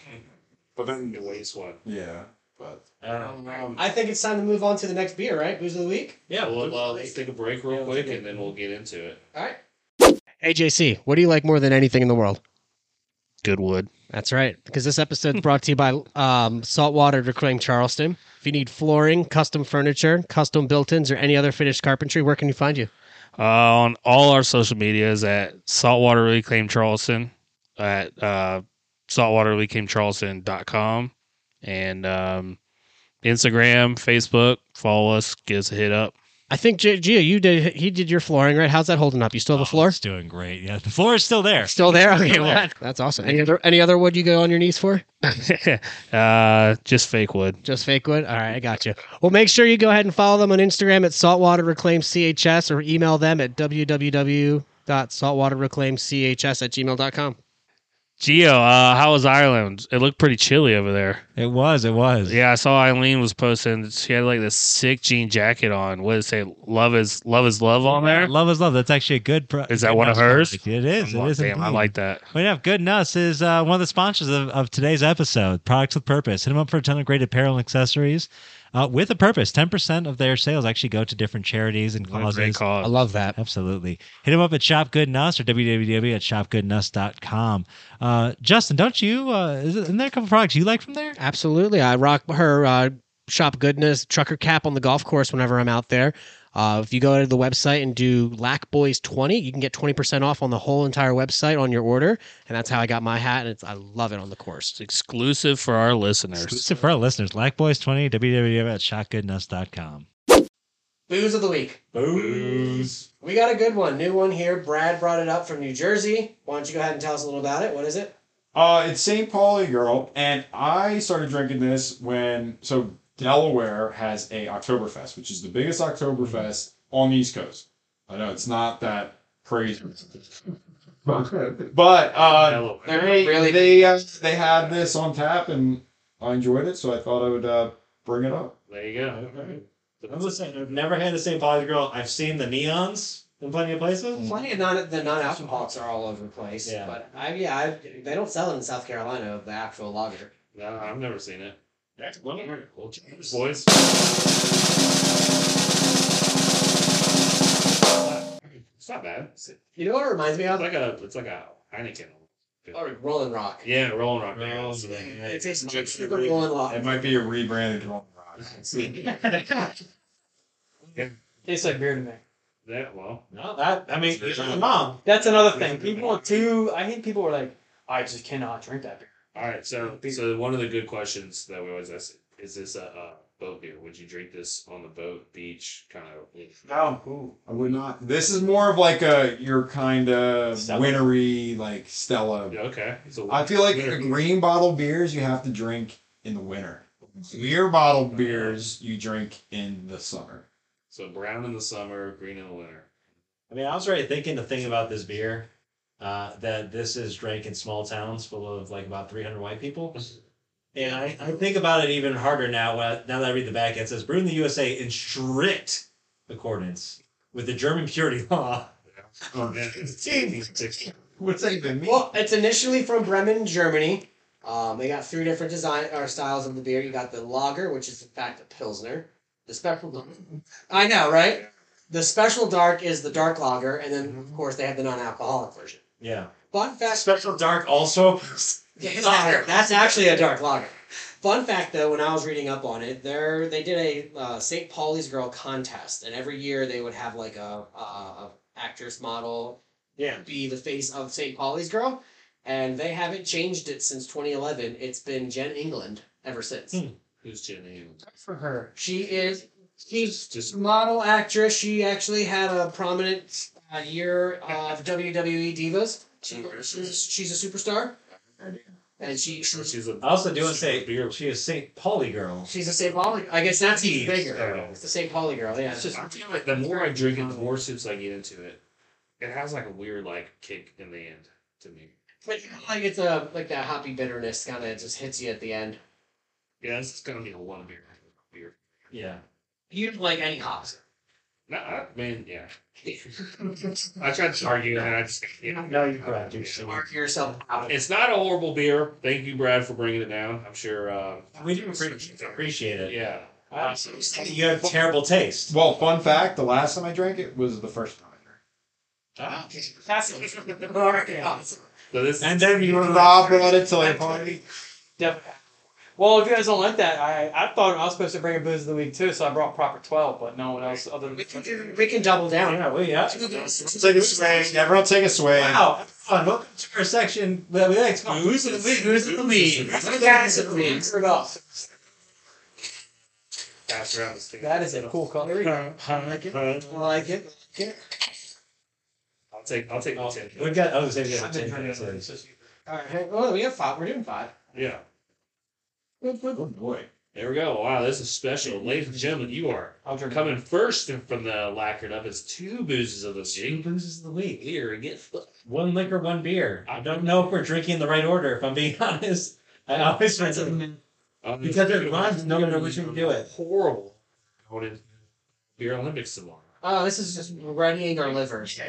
But The then, waste one. yeah. But I don't know. Um, I think it's time to move on to the next beer, right? Booze of the week. Yeah, well, well, well, let's take a break real Yeah, let's quick do it. and then we'll get into it. All right. AJC, what do you like more than anything in the world? Good wood. That's right. Because this episode's brought to you by um, Saltwater Decorating Charleston. If you need flooring, custom furniture, custom built-ins, or any other finished carpentry, where can you find you? Uh, on all our social medias at Saltwater Reclaim Charleston, at uh, saltwaterreclaimcharleston.com, and um, Instagram, Facebook. Follow us, give us a hit up. I think G- Gia, you did. He did your flooring, right? How's that holding up? You still have a floor? It's doing great. Yeah, the floor is still there. Still there? Okay, well, that- that's awesome. Any other any other wood you go on your knees for? uh, just fake wood. Just fake wood. All right, I got you. Well, make sure you go ahead and follow them on Instagram at Saltwater Reclaim CHS or email them at www.saltwaterreclaimchs at gmail.com. Geo, uh, how was Ireland? It looked pretty chilly over there. It was. It was. Yeah, I saw Eileen was posting. She had like this sick jean jacket on. What did it say? Love is love is love on there. Love is love. That's actually a good. Pro- Is that good one of Nuss hers? product. It is. I'm it like, is. Damn, I indeed. like that. We have Good Nuss is uh, one of the sponsors of, of today's episode. Products with purpose. Hit them up for a ton of great apparel and accessories uh, with a purpose. Ten percent of their sales actually go to different charities and Great causes. cause. I love that. Absolutely. Hit them up at Shop Good Nuss or www at shopgoodnuss.com. Uh, Justin, don't you? Uh, is, isn't there a couple products you like from there? Absolutely. I rock her uh, shop goodness trucker cap on the golf course whenever I'm out there. Uh, if you go to the website and do Lack Boys 20, you can get 20% off on the whole entire website on your order. And that's how I got my hat. And it's, I love it on the course. It's exclusive for our listeners. Exclusive for our listeners. Lackboys20, www at shopgoodnuss.com. Booze of the week. Booze. We got a good one. New one here. Brad brought it up from New Jersey. Why don't you go ahead and tell us a little about it? What is it? Uh, it's St. Pauli girl, and I started drinking this when so Delaware has a Oktoberfest, which is the biggest Oktoberfest on the East Coast. I know it's not that crazy, but uh, Hello. they Really? they uh, they had this on tap, and I enjoyed it, so I thought I would uh, bring it up. There you go. I'm listening. I've never had the St. Pauli girl. I've seen the neons in plenty of places. Plenty of non the non alcoholics are all over the place. Yeah. But I yeah, I, they don't sell it in South Carolina the actual lager. No, I've never seen it. That's Well, cheers, boys. It's not bad. It's You know what it reminds me of? like a it's like a Heineken. Or Rolling Rock. Yeah, Rolling Rock. Rolling Rock. It tastes like super Rolling Rock. It might be a rebranded Rolling Rock. Tastes like beer to me. That well. No, that, I mean, mom. That's another thing. People are too. I hate people who are like, I just cannot drink that beer. All right, so so one of the good questions that we always ask is this a, uh boat beer? Would you drink this on the boat, beach, kind of? No, I would not. This is more of like a your kind of Stella? wintry, like Stella. Yeah, okay. So I feel like winter the green bottle beers you have to drink in the winter. Beer bottle beers you drink in the summer. So brown in the summer, green in the winter. I mean, I was already thinking the thing about this beer uh, that this is drank in small towns full of like about 300 white people. And I, I think about it even harder now when I, now that I read the back. It says brewed in the USA in strict accordance with the German purity law. Oh, Yeah. Jeez. What's that even mean? Well, it's initially from Bremen, Germany. Um, they got three different design or styles of the beer. You got the lager, which is in fact a pilsner. The special dark. I know, right? The special dark is the dark lager, and then of course they have the non-alcoholic version. Yeah. Fun fact: Special Dark also. Yeah, lager. That's actually a dark lager. Fun fact, though, when I was reading up on it, there they did a uh, St. Pauli's Girl contest, and every year they would have like a, a, a actress model Yeah. be the face of St. Pauli's Girl, and they haven't changed it since 2011. It's been Jen England ever since. Hmm. Who's Jenny? For her. She is she's It's just model actress. She actually had a prominent uh, year of WWE divas. She, she's, she's a superstar, and she she's she's a I also do want to say beer. she is St. Pauli girl. She's a St. Pauli. I guess that's even Jeez. bigger. It's the St. Pauli girl. Yeah. It's just I feel like the more I drink it, the more sips I get into it. It has like a weird like kick in the end to me. But you know, like it's a like that hoppy bitterness kind of just hits you at the end. Yeah, this is gonna be a one beer. Beer. Yeah. You don't like any hops. No, I mean, yeah. I tried to argue and I just yeah. No, you're correct. You're Yeah. so- Mark yourself out. It's not a horrible beer. Thank you, Brad, for bringing it down. I'm sure. Uh, We do appreciate, appreciate it. yeah. You have terrible taste. Well, fun fact: the last time I drank it was the first time. I drank That's Alright, awesome. So this And then you it. Rob brought it to like party. Def- well, if you guys don't like that, I I thought I was supposed to bring a booze of the week too, so I brought proper twelve, but no one else other than We can, do- we can double down. Yeah, we yeah. Take a swing. Everyone take a swing. Wow, have fun. Welcome to our section that we like. Who's in the lead? Who's in the lead? Guys in the lead. Turn it off. Pass around this thing. that is a cool color. I like it. I like it. I'll take. I'll take all ten. We've got. I was gonna say Oh, we I've got been ten trying minutes. to- All right. Well, we have five. We're doing five. Yeah. Oh boy. There we go. Wow, this is special, ladies and gentlemen. You are I'll drink coming first from the lacquered up. It's two boozes of this Two week. loses the week. Here and get fucked. One liquor, one beer. I don't know if we're drinking the right order. If I'm being honest, I always try to. Um, Because there's lines, no matter which one you do it. Horrible. Going into beer Olympics tomorrow. Oh, this is just readying our livers.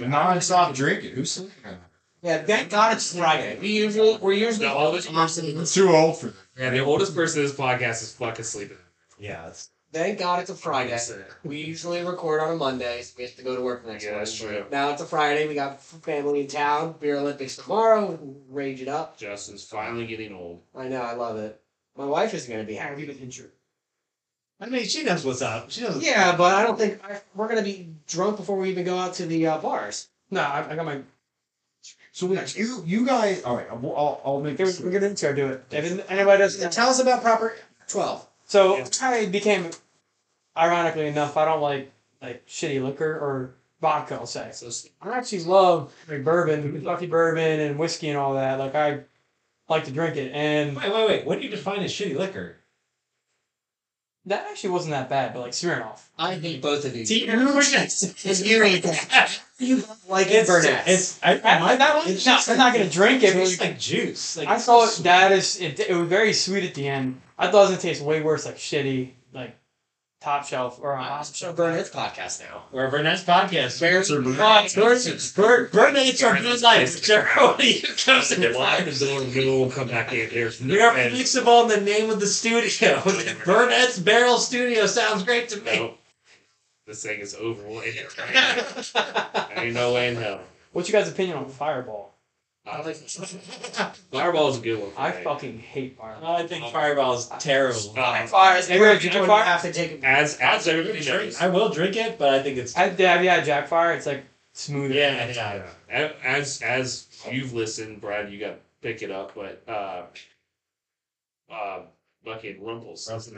Non-stop drinking. Who's sleeping? on that? Yeah, thank God it's Friday. We usually we're usually No, all this- I'm too old for that. Yeah, the oldest person in this podcast is fucking sleeping. Yeah, it's, Thank God it's a Friday. That's it. We usually record on a Monday, so we have to go to work the next Yeah, morning. that's true. Now it's a Friday. We got family in town. Beer Olympics tomorrow. Rage it up. Justin's finally getting old. I know. I love it. My wife is gonna be Have happy. you been injured? I mean, she knows what's up. She knows. Yeah, but I don't think I, we're gonna be drunk before we even go out to the uh, bars. No, I, I got my. So wait, you you guys, all right, I'll, I'll- I'll make Here, this. we're gonna intro do it. If anybody doesn't, Tell us about proper twelve. So Yeah. I became, ironically enough, I don't like like shitty liquor or vodka. I'll say So I actually love like bourbon, Kentucky bourbon, and whiskey and all that. Like I like to drink it, and Wait, wait, wait. What do you define as shitty liquor? that actually wasn't that bad. But like Smirnoff, I hate both of you. See, Because you hate that. You like it, It's Burnett. It's I, I, my, that one, it's no, just I'm not gonna drink it. It but tastes like juice. Like I saw it. That is, it, it was very sweet at the end. I thought it was gonna taste way worse, like shitty, like top shelf or a I'm hot so shelf. Burnett's podcast now. Or Burnett's podcast. Bears are Oh, it's Burnett's. Bur- Burnett's are good life. Gerald comes in. Justin, why is the middle will come back in? There's We are no end. flexible in the name of the studio. Burnett's Barrel Studio sounds great to me. No. This thing is over. We'll end it right now. Ain't no way in hell. What's your guys' opinion on Fireball? I like Fireball's a good one. for I me. fucking hate Fireball. I think Fireball is terrible. Um, Everyone, did you drink fire? have to take a as as everybody knows, I will drink it, but I think it's I, yeah, yeah, Jackfire. It's like smoother. yeah, yeah. A- as as you've listened, Brad, you got to pick it up, but uh, uh, fucking Rumples. Rumples.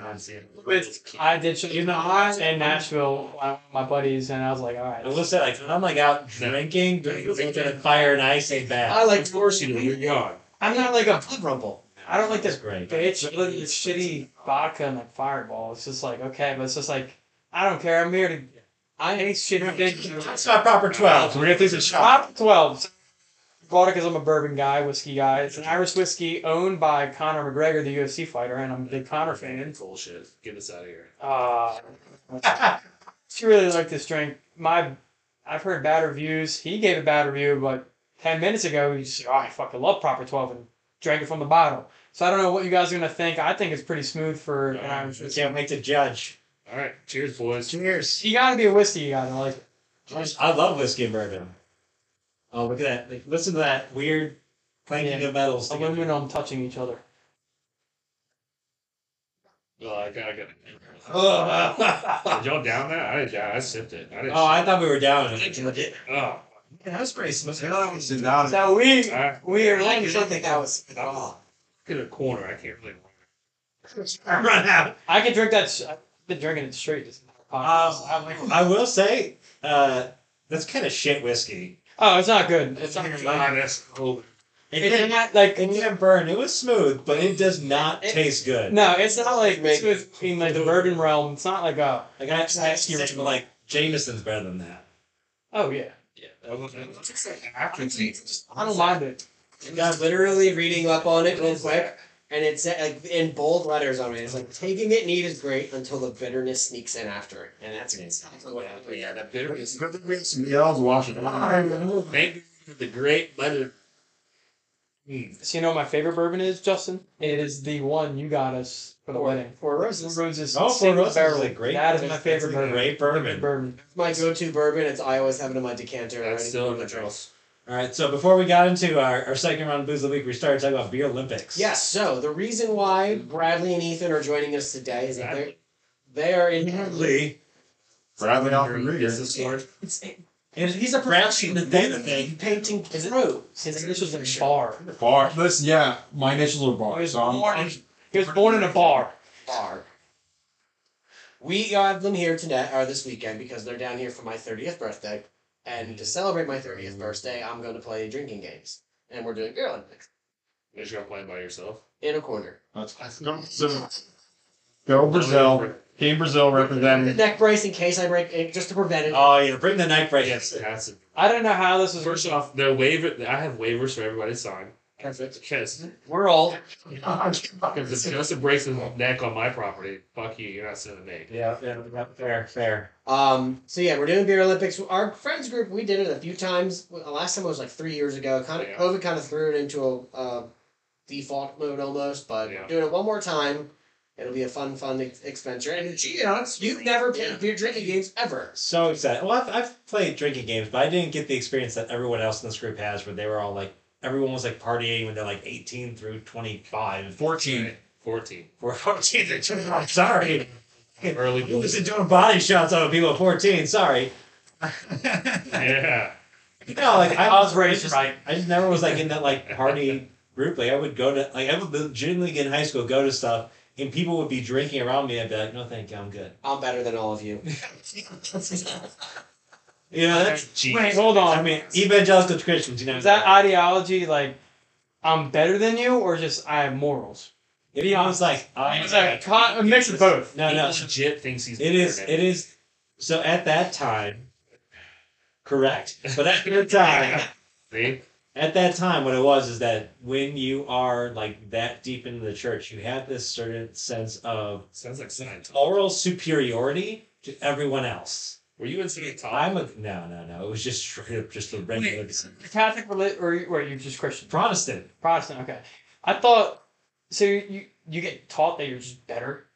Rumples. I did show You you know, know I- in Nashville uh, my buddies and I was like, all right. Unless that, like when I'm like out drinking, drinking at fire and ice ain't bad. I like Of course you do. You're young. I'm not like a blood rumble. I don't like That's this great. bitch like, this shitty vodka and like fireball. It's just like okay, but it's just like I don't care. I'm here to I hate shitty That's things. not proper twelve. So we're gonna take a shot. Top twelve. Bought it because I'm a bourbon guy, whiskey guy. It's an Irish whiskey owned by Conor McGregor, the UFC fighter, and I'm a big Conor fan. Bullshit. Get us out of here. Uh, she really liked this drink. My, I've heard bad reviews. He gave a bad review, but ten minutes ago he just, oh, I fucking love Proper Twelve and drank it from the bottle. So I don't know what you guys are gonna think. I think it's pretty smooth for an Irish I whiskey. can't wait to judge. All right. Cheers, boys. Cheers. You gotta be a whiskey guy to like. it. I love whiskey and bourbon. Oh, look at that! Like, listen to that weird clanking Yeah. of metals. together. Aluminum touching each other. Well, Oh, I gotta get. Ugh. Did y'all down that? I didn't down. I sipped it. I didn't. Oh, I thought we were down. It oh. All Yeah, that was pretty smooth. Sit Um, down. So we right. we are I like don't think that was at all. Get a corner. I can't really. Run out. I could drink that. sh- I've been drinking it straight. Just in my pocket. Uh, I will say, uh, that's kind of shit whiskey. oh, it's not good. It's It's not good. Ah, that's cool. It it's didn't, not like it didn't burn. It was smooth, but it does not It- taste good. no, it's not like Maybe. it's within like the bourbon realm. It's not like uh, a Like I actually That's asked you, terrible. like Jameson's better than that. oh yeah. Yeah. After I don't mind it. got literally reading up on it real quick, and it's uh, like in bold letters on it. It's like taking it neat is great until the bitterness sneaks in after it, and that's exactly what happened. Yeah, that bitterness. Good thing we have somebody else watching. Mm-hmm. Maybe the great butter. Mm. So you know what my favorite bourbon is, Justin? It is the one you got us for the wedding. Four Four Roses. Roses. Oh, Four single Roses barrel. is a great- That is my that's favorite a bourbon. great bourbon. bourbon. It's my go-to bourbon. It's I always have it in my decanter. That's ready still for in the drink. drills. All right, so before we got into our, our second round of Booze of the Week, we started talking about Beer Olympics. Yes. So the reason why Bradley and Ethan are joining us today is that they're they are in Bradley. Bradley off Wondering, Is this large? It's, it- And he's a Bradley, professional. they- painting Is it- pro. His initials are bar. Bar. Listen, yeah, my initials are He bar. was, So I'm, born, he was born in a bar. are. We have them here tonight or this weekend because they're down here for my 30th birthday. And to celebrate my 30th birthday, I'm going to play drinking games. And we're doing beer Olympics You're just gonna play by yourself. in a corner. Let's go. So, go Brazil. Team Brazil The represented. neck brace in case I break it, just to prevent it. Oh, yeah, bring the knife right Yes, that's it. I don't know how this was. First off, the waiver. I have waivers for everybody to sign. Perfect. Because We're all. because if Joseph breaks his neck on my property, fuck you. You're not sending me. Yeah, yeah, yeah, fair, fair. Um, so yeah, we're doing beer Olympics. Our friends group, we did it a few times. The Last time was like three years ago. Kind of Yeah. COVID kind of threw it into a uh, default mode almost, but Yeah. we're doing it one more time. It'll be a fun, fun ex- adventure. And gee, Alex, you've never played beer drinking games ever. So excited. Well, I've, I've played drinking games, but I didn't get the experience that everyone else in this group has where they were all like, everyone was like partying when they're like 18 through 25. 14. Fourteen. We're 14 to 25. Sorry. Early. Who was doing body shots on people at 14? Sorry. Yeah. No, like I, I was raised just, right. I just never was like in that like party group. Like I would go to like I would legitimately in high school go to stuff and people would be drinking around me. I'd be like, no, thank you, I'm good. I'm better than all of you. You know, that's Wait, hold on. I mean evangelical Christians. You know, Is that ideology like I'm better than you, or just I have morals? to be honest, like I It's like a, con- a mix of both. no He no. legit thinks he's. It is. It is. So at that time, correct. But at that time, See, at that time, what it was is that when you are like that deep into the church, you have this certain sense of sounds like Scientology. moral superiority to everyone else. Were you in Scientology? I'm a no, no, no. It was just straight up just a regular Catholic religion, or, you- or you're just Christian, Protestant. Protestant. Okay, I thought so. You you get taught that you're just better.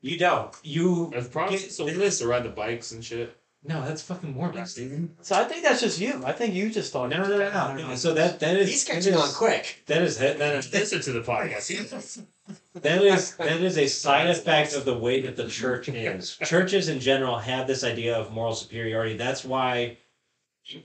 You don't. You As Protestants, so we used to ride the bikes and shit. no. That's fucking Mormons, dude. So I think that's just you. I think you just No, thought. no, no, no, no. So that that is These guys that are on is- quick. That is that is Listen to the podcast. That is that is a side effect of the way that the church is. Churches in general have this idea of moral superiority. That's why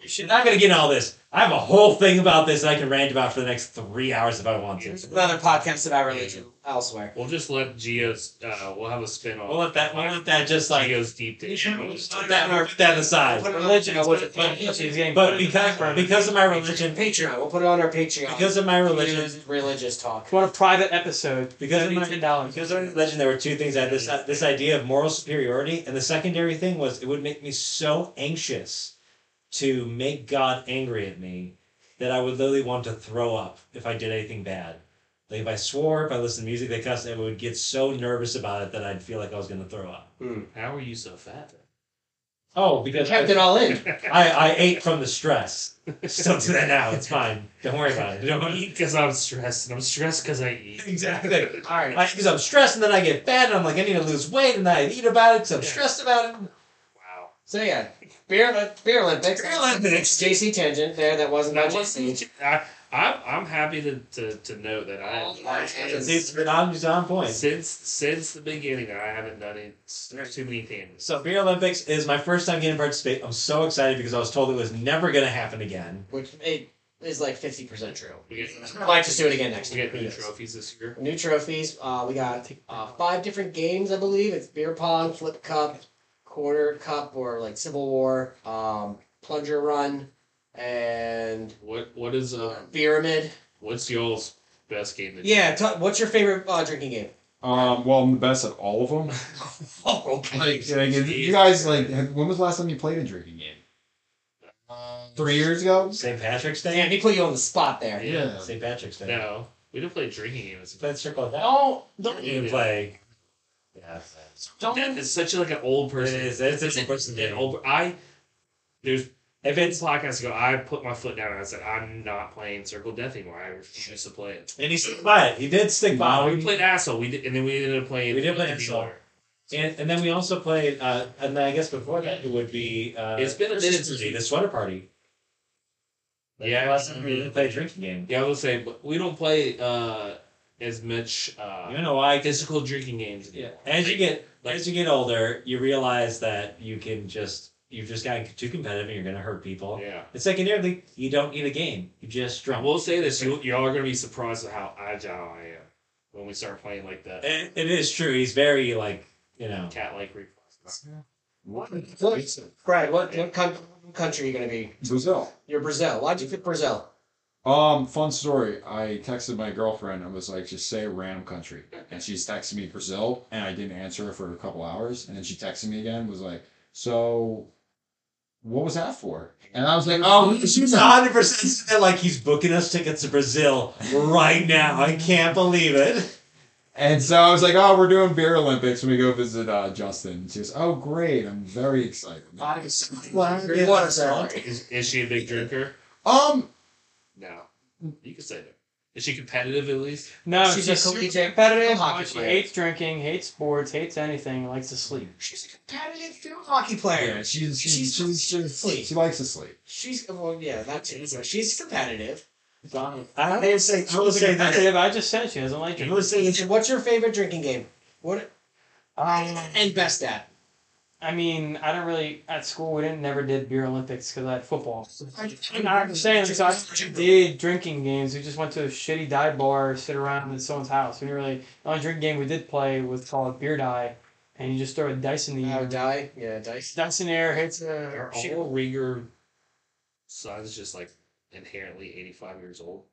shit, I'm gonna get into all this. I have a whole thing about this that I can rant about for the next three hours if I want to. Another podcast about religion elsewhere. We'll just let Geo's. Uh, we'll have a spin We'll off. let that we'll let that just like Geo's deep dish. put that, we'll put that aside. Religion, I wasn't. But- She's getting But because because of my religion Patreon. We'll put it on our Patreon. because of my religion religious talk. It's one a private episode. Because of Only my- ten dollars. because of my religion there were two things I had this this idea of moral superiority and the secondary thing was it would make me so anxious to make God angry at me that I would literally want to throw up if I did anything bad. Like if I swore, if I listened to music they cussed, I would get so nervous about it that I'd feel like I was gonna throw up. How are you so fat? Oh, because Kept it all in. I, I ate from the stress. Still do that now. It's fine. Don't worry about it. I eat because I'm stressed, and I'm stressed because I eat. Exactly. All right. Because I'm stressed and then I get fat and I'm like, I need to lose weight and I eat about it because I'm stressed about it. Wow. So yeah, beer, beer Olympics. Beer Olympics. JC tangent there. That wasn't my That wasn't. JC. I, I'm I'm happy to, to, to note that I All my tangents. It's been on, it's on point. since since the beginning I haven't done it. There's too many things. So Beer Olympics is my first time getting to participate. I'm so excited because I was told it was never going to happen again. Which it is like fifty percent true. We get, I'd like to do it again next we year. get new trophies this year. New trophies. Uh, we got uh, five different games, I believe. It's beer pong, flip cup, quarter cup, or like Civil War, um, plunger run, and What what is uh pyramid. what's y'all's best game? That Yeah. T- what's your favorite uh, drinking game? Um, well, I'm the best at all of them. Oh, Like, you guys, like, have, when was the last time you played a drinking game? Um, three years ago. St. Patrick's Damn, Day. he put you on the spot there. Yeah. St. Patrick's Day. No, we didn't play drinking games. Play the circle of death. Oh, You can play. Yeah. don't. That is such like an old person. It is. It's an old person an game. old- I there's If been it's podcasts ago. I put my foot down and I said I'm not playing Circle of Death anymore. I refuse to play it. and he stuck by it. He did stick by Wow, it. we played asshole. We did, and then we ended up playing. We did play the Asshole. dealer. And, and then we also played, uh, and then I guess before that it would be. Uh, It's been a minute since we- the sweater party. Like, Yeah, last time we didn't play a drinking game. Yeah, I will say, but we don't play uh, as much uh, You know why? Because physical drinking games yeah, anymore. as you get Like- as you get older, you realize that you can just you've just gotten too competitive and you're gonna hurt people. Yeah. And secondarily, you don't need a game. You just I drunk. will say this: you, y'all are gonna be surprised at how agile I am when we start playing like the It, it is true. He's very like you know. cat-like reflex. What? Brad, what, what coun- country are you going to be? Brazil. You're Brazil. Why'd you pick Brazil? Um, fun story. I texted my girlfriend and was like, just say a random country. And she's texting me Brazil, and I didn't answer her for a couple hours. And then she texted me again, was like, so what was that for? And I was like, oh, she was like, 100 percent like he's booking us tickets to Brazil right now. I can't believe it. and so I was like, oh, we're doing beer Olympics when we go visit uh, Justin. And she goes, oh, great. I'm very excited. Yeah. What a story. Is, is she a big drinker? Um, No. You could say that. Is she competitive at least? No, She's she's, a just super collegiate competitive. hockey she player. hates drinking, hates sports, hates anything, likes to sleep. She's a competitive field hockey player. yeah, she's, She's- she's, she's, sleep. she's, she likes to sleep. She's, well, yeah, that too. but She's competitive. I didn't say, I will say this. Competitive, I just said she doesn't like drinking. What's your favorite drinking game? What um, and best at? I mean, I don't really at school we didn't never did beer Olympics because I had football. I, I'm saying like, so I did drinking games. We just went to a shitty dive bar, sit around at someone's house. We didn't really the only drinking game we did play was called beer die, and you just throw a dice in the Oh, air. die. Yeah, dice. dice in the air hits a Are shit. all Rieger sons just like inherently 85 years old?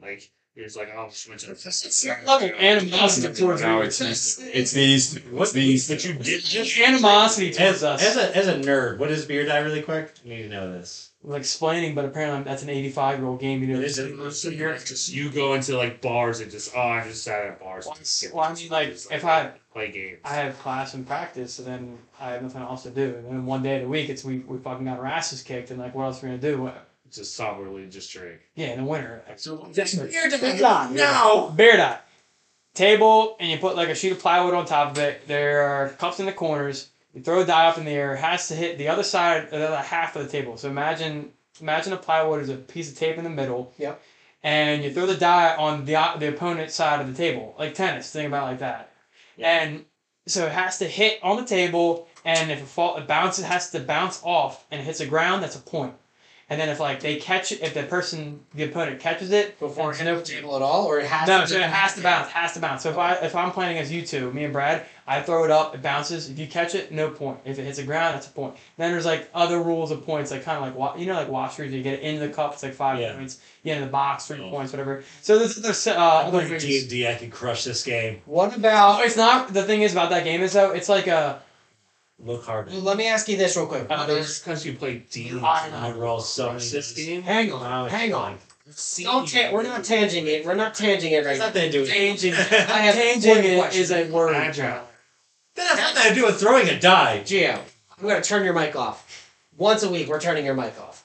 Like, you're just like, oh, just went to the Look, animosity towards No, Rieger. it's, these- it's these. What's these? But you did just. animosity towards As, us. as a as a nerd, what is beer die really quick? I need to know this. was explaining, but apparently that's an 85 year old game. You know, It is an- You go into like bars and just, oh, I just sat at bars. Well, and just- well, I mean, like, just, if I- play games. I have class and practice, and then I have nothing else to do. And then one day of the week, it's we, we fucking got our asses kicked, and like, what else are we gonna do? What- just soberly just drink. Yeah, in the winter. You're John. No. Beer dot. Table, and you put like a sheet of plywood on top of it. There are cups in the corners. You throw a die up in the air, it has to hit the other side, the other half of the table. So imagine imagine a plywood is a piece of tape in the middle. Yep. And you throw the die on the op- the opponent's side of the table, like tennis. Think about it like that. And so it has to hit on the table, and if it fall, it bounces, it has to bounce off, and it hits the ground. That's a point. And then if like they catch it, if the person, the opponent catches it Before then- it's no table at all, or it has no, to so it has to bounce, has to bounce. So if I if I'm playing as you two, me and Brad, I throw it up, it bounces. If you catch it, no point. If it hits the ground, that's a point. Then there's like other rules of points, like kind of like wa- you know like washers, you get it into the cup, it's like five Yeah. points. You get in the box, three Oh. points, whatever. So there's there's uh, other like things. D and D, I could crush this game. What Oh, about? it's not the thing is about that game is though it's like a Look harder. Let me ask you this real quick. Uh, What is- because you play D. I roll so many. Crush this game. Hang Wow. on. Hang on. See, Don't ta- we're not tanging it. We're not tanging it right That's now. nothing to do with Changing. I That have changing one it question. is a word. Agile. has nothing to do with throwing a die. Gio, I'm gonna turn your mic off. Once a week, we're turning your mic off.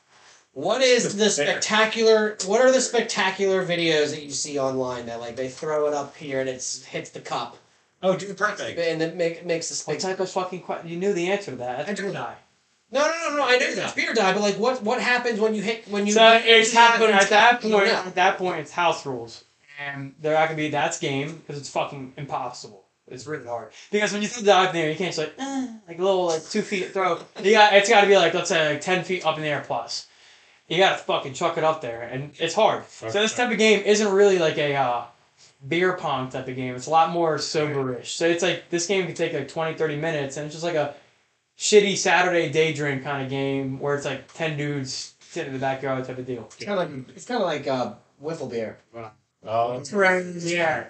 What is the spectacular? What are the spectacular videos that you see online that like they throw it up here and it's hits the cup Oh, dude, perfect. and it make, makes this What big? type of fucking question? You knew the answer to that. I That's do. die. No, no, no, no. I know that's beer die, but like, what what happens when you hit when you? So it's happened at that No, point. At that point, it's house rules, and they're not gonna be that's game because it's fucking impossible. It's written hard because when you throw the dive in there, you can't just like eh, like a little like two feet throw. You got it's got to be like let's say like ten feet up in the air plus. You gotta fucking chuck it up there, and it's hard. So this type of game isn't really like a uh, beer pong type of game. It's a lot more soberish. So it's like this game can take like 20, 30 minutes, and it's just like a shitty Saturday day drink kind of game where it's like ten dudes sitting in the backyard type of deal. It's kind of like it's kind of like uh, wiffle beer. Oh, Right. Yeah.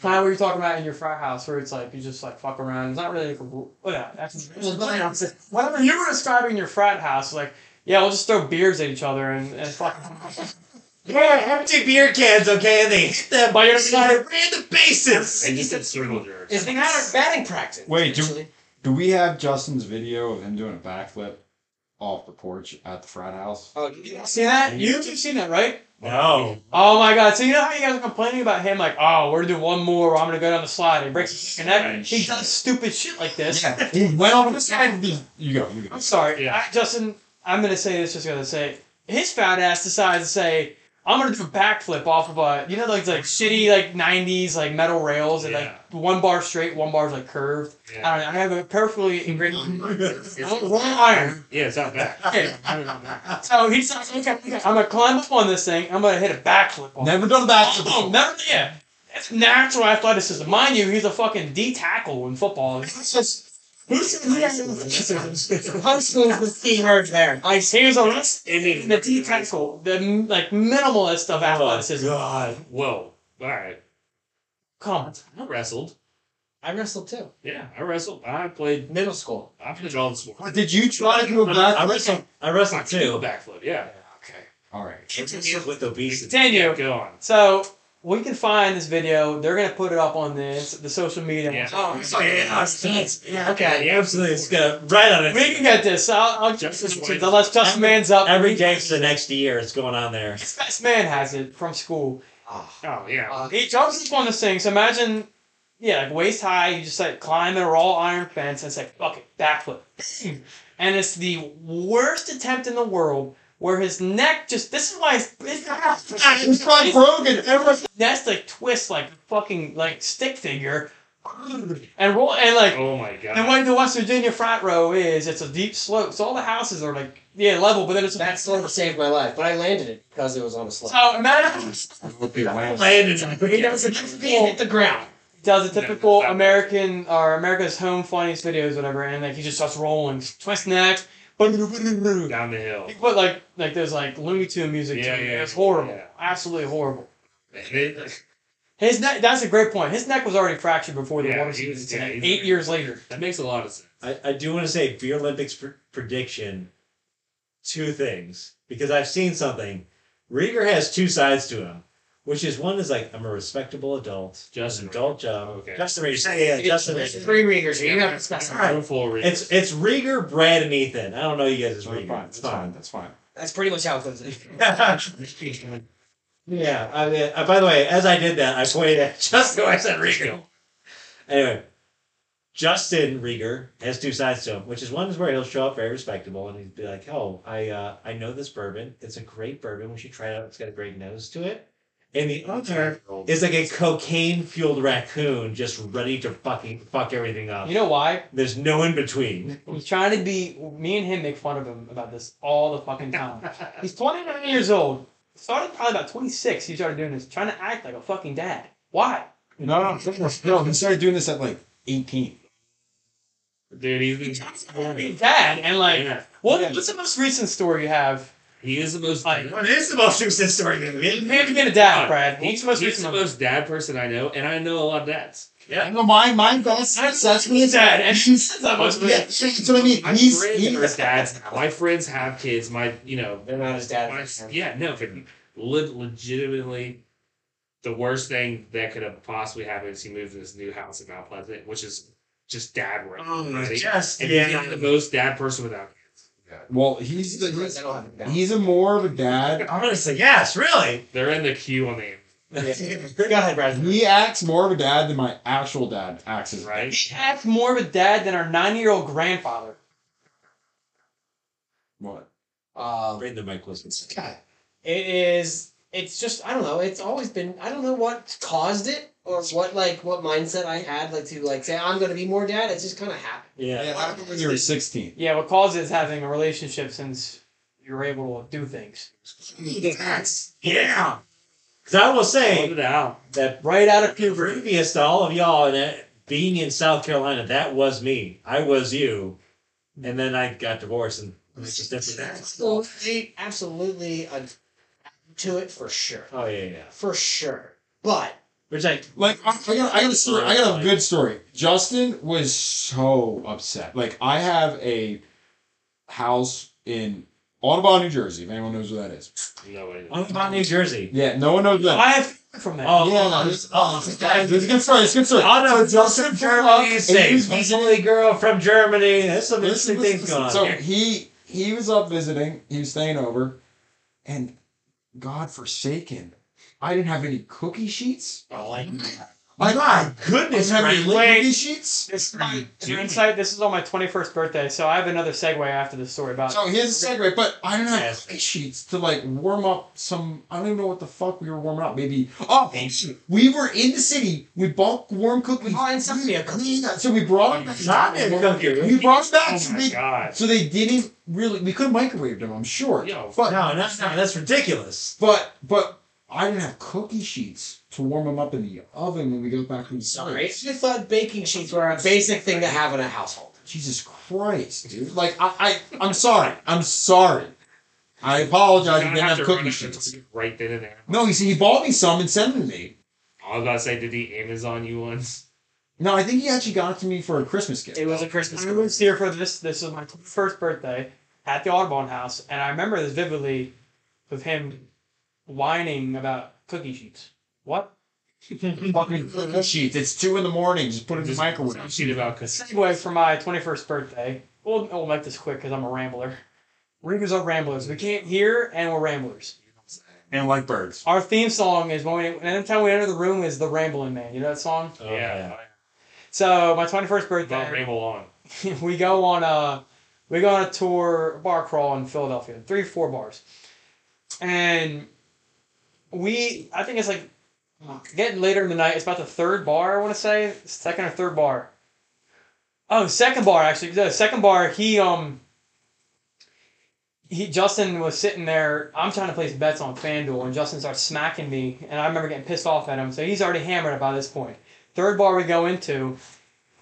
Kind of what you're talking about in your frat house, where it's like you just like fuck around. It's not really like a rule. Oh, yeah, that's Whatever. whatever you were describing your frat house. Like Yeah, we'll just throw beers at each other and, and fuck. Yeah, empty beer cans, okay? And they hit that By your side, ran the bases. And just did circle jerks. It's not a batting practice. Wait, do- actually. Do we have Justin's video of him doing a backflip off the porch at the frat house? Oh, did you see that? You've seen that, right? No. Oh my god! So you know how you guys are complaining about him, like, oh, we're gonna do one more, or I'm gonna go down the slide and break his Right. connect. He does stupid shit like this. Yeah, he went off the side. You go, you go. I'm sorry, Yeah. I, Justin. I'm gonna say this. Just gonna say it. his fat ass decides to say, I'm gonna do a backflip off of a you know like like shitty like '90s like metal rails and Yeah. like one bar straight, one bar's like curved. Yeah. I don't know. I have a perfectly engraved It's- I don't- it's- one iron. yeah, it's not back. Yeah, I don't know. So he decides, okay, okay, I'm gonna climb up on this thing. I'm gonna hit a backflip. off Never done Oh, a backflip. never, yeah. It's natural athleticism. Mind you, he's a fucking D tackle in football. It's just- Who's high school is the key word there? Like, he was a list And in the D tackle, the like minimalist of athleticism. God. Whoa. All right. Come on. I wrestled. I wrestled too. Yeah, I wrestled. I played. Middle school. I played all the sports. But did you try to do a I backflip? wrestled, I I wrestled could do a too. backflip. Yeah. Okay. All right. With obesity. Continue. Go on. So we can find this video. They're gonna put it up on the the social media. Yeah. Oh, Yeah, Yeah, okay. you absolutely. It's gonna uh, right on it. We can get this. I'll, I'll Justin's to white. the less Justin man's up. every game for the next year. It's going on there. His best man has it from school. Ah. Oh yeah. Uh, He jumps up on this thing. So imagine, yeah, like waist high. You just like climb a raw iron fence and it's like fuck it, backflip, and it's the worst attempt in the world. Where his neck just this is why his, his, It's probably his broken. Everyone neck like twists like a fucking like stick figure, and roll and like oh my god. and what the West Virginia frat row is, it's a deep slope, so all the houses are like yeah level, but then it's That slope saved my life, but I landed it because it was on a slope. so imagine would be laughing. Landed But he doesn't hit the ground. does the No, typical that- American or America's Home Funniest videos, whatever, and like he just starts rolling, twist neck, he down the hill. put like like there's like Looney Tune music. Yeah, to it. yeah, it's horrible, yeah. absolutely horrible. that His neck. That's a great point. His neck was already fractured before the Yeah, water he was- season. yeah, he's- incident, eight years later. makes a lot of sense. I, I do want to say Beer Olympics pr- prediction. Two things because I've seen something. Rieger has two sides to him, which is one is like I'm a respectable adult, Justin an adult job. Okay. Justin Rieger, say yeah, Justin There's Rieger. three Reegers here. You have to All specify. right. Full reason. It's it's Rieger, Brad, and Ethan. I don't know you guys as That's Rieger. fine. It's That's fine. fine. That's fine. That's pretty much how it goes. yeah. I, mean, uh, by the way, as I did that, I pointed at Justin. I said Rieger. Anyway, Justin Rieger has two sides to him, which is one is where he'll show up very respectable and he'd be like, "Oh, I uh, I know this bourbon. It's a great bourbon. We should try it out. It's got a great nose to it." And the other is like a cocaine fueled raccoon just ready to fucking fuck everything up. You know why? There's no in between. He's trying to be. Me and him make fun of him about this all the fucking time. He's 29 years old. Started probably about 26. He started doing this, trying to act like a fucking dad. Why? No, no, no, no. He started doing this at like 18. Dude, he's Be been. Dad and like, Yeah. what? Yeah. What's the most recent story you have? He is the most. Like, What is the most recent story? man? Him being a dad, God, Brad. He's, What's the he's most the recent? one? most dad person I know, and I know a lot of dads. I know my my best. I'm That's that's me. dad, and he's the most. Yeah, that's what I mean. My He's friends he- are dads. now. My friends have kids. My, you know, They're not his my, dad. yeah, no, but le- legitimately, the worst thing that could have possibly happened is he moved to this new house in Mount Pleasant, which is just dad work. Oh, right? just And yeah. he's the most dad person without kids. Well, he's the, They he's, don't have a dad. he's a more of a dad. Honestly, yes, really. They're in the queue on the Go ahead, Brad. He acts more of a dad than my actual dad acts as. right? He acts more of a dad than our 90 year old grandfather. What? Um, Bring the mic closer. God, it is. It's just I don't know. It's always been I don't know what caused it or what like what mindset I had like to like say I'm gonna be more dad. It just kind of happened. Yeah. Yeah, I remember when you were 16. Yeah, what causes having a relationship since you're able to do things Yeah. Because I will Love say it out. that right out of previous to all of y'all, and that, being in South Carolina, that was me. I was you. And then I got divorced, and it was just different. Absolutely, absolutely uh, to it for sure, Oh, yeah, yeah. for sure. But Which I, Like I, I got, I got a story. I got a good story. Justin was so upset. Like I have a house in Audubon, New Jersey. If anyone knows where that is. No way. Oh, What about New Jersey? Yeah, no one knows where that. I have from that. Oh, yeah, yeah, oh, it's- oh, Guys, it's a good story. It's a good story. Otto So Justin Justin Verlander- Germany is and he safe. was He's visiting- only girl from Germany. There's some This interesting was- things going on. So here. he he was up visiting. He was staying over, and God forsaken, I didn't have any cookie sheets. Oh, like, My God, I didn't goodness, have any gracious. cookie sheets. This for insight. This is on my twenty first birthday, so I have another segue after this story Uh, about. So here's a segue, but I don't have Yes. cookie sheets to like warm up some. I don't even know what the fuck we were warming up. Maybe oh, we were in the city. We bought warm cookies. Oh, and some beer cookies. So we brought them Not in back. cookie. We brought them back. Oh so my they- god. So they didn't really. We could microwave them, I'm sure. Yo, but No, no, no, that's ridiculous. but but I didn't have cookie sheets to warm them up in the oven when we got back from the Sorry. I summer. just thought baking sheets were a basic thing to have in a household. Jesus Christ, dude! Like I, I I'm sorry. I'm sorry. I apologize. I You're didn't gonna have, to run cookie it sheets. Right then and there. No, he he bought me some and sent them to me. I was about to say, did he Amazon you ones? No, I think he actually got it to me for a Christmas gift. It was a Christmas I was here for this. This was my first birthday at the Audubon House, and I remember this vividly, of him whining about cookie sheets. What? Fucking cookie sheets. It's two in the morning. Just put it in the Just microwave. Shit about cause Segue for my twenty first birthday. We'll, we'll make this quick because I'm a rambler. Readers are ramblers. We can't hear, and we're ramblers. And like birds. Our theme song is when we, anytime we enter the room is the Rambling Man. You know that song? Oh, yeah. So my twenty first yeah. About birthday, ramble on. we go on a we go on a tour bar crawl in Philadelphia, three four bars, and we I think it's like getting later in the night. It's about the third bar I want to say, second or third bar. Oh, second bar actually. The second bar he um. He Justin was sitting there. I'm trying to place bets on FanDuel, and Justin starts smacking me, and I remember getting pissed off at him. So he's already hammered by this point. Third bar we go into,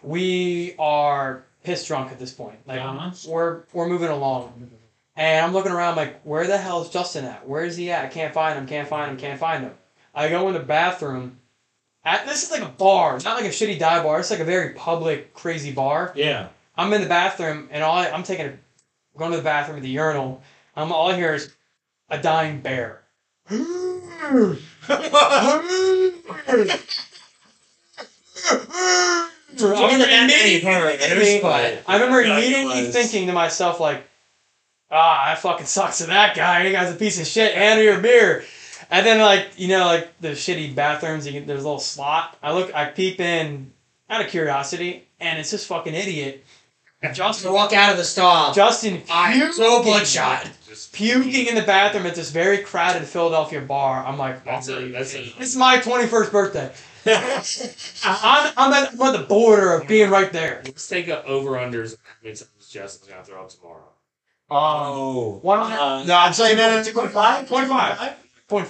we are pissed drunk at this point. Like Uh-huh. we're we're moving along, and I'm looking around like, where the hell is Justin at? Where is he at? I can't find him. Can't find him. Can't find him. I go in the bathroom. At this is like a bar, not like a shitty dive bar. It's like a very public, crazy bar. Yeah. I'm in the bathroom and all I, I'm taking a going to the bathroom at the urinal. I'm all I hear is a dying bear. I remember immediately- I remember immediately thinking to myself like, ah, I fucking sucks to that guy. That guy's a piece of shit. Hand me your beer. And then like you know like the shitty bathrooms, you can, there's a little slot. I look, I peep in out of curiosity, and it's this fucking idiot, So Justin. walk out of the stall. Justin I'm so bloodshot. Just puking in the bathroom at this very crowded Philadelphia bar. I'm like, That's a that's a this is my 21st birthday. I- I'm, I'm, at, I'm at the border of being right there. let's take a over unders how many times Justin's gonna throw up tomorrow. Um, Oh. One Uh, no, I'm saying that. 2.5? 2.5. 0.5. Point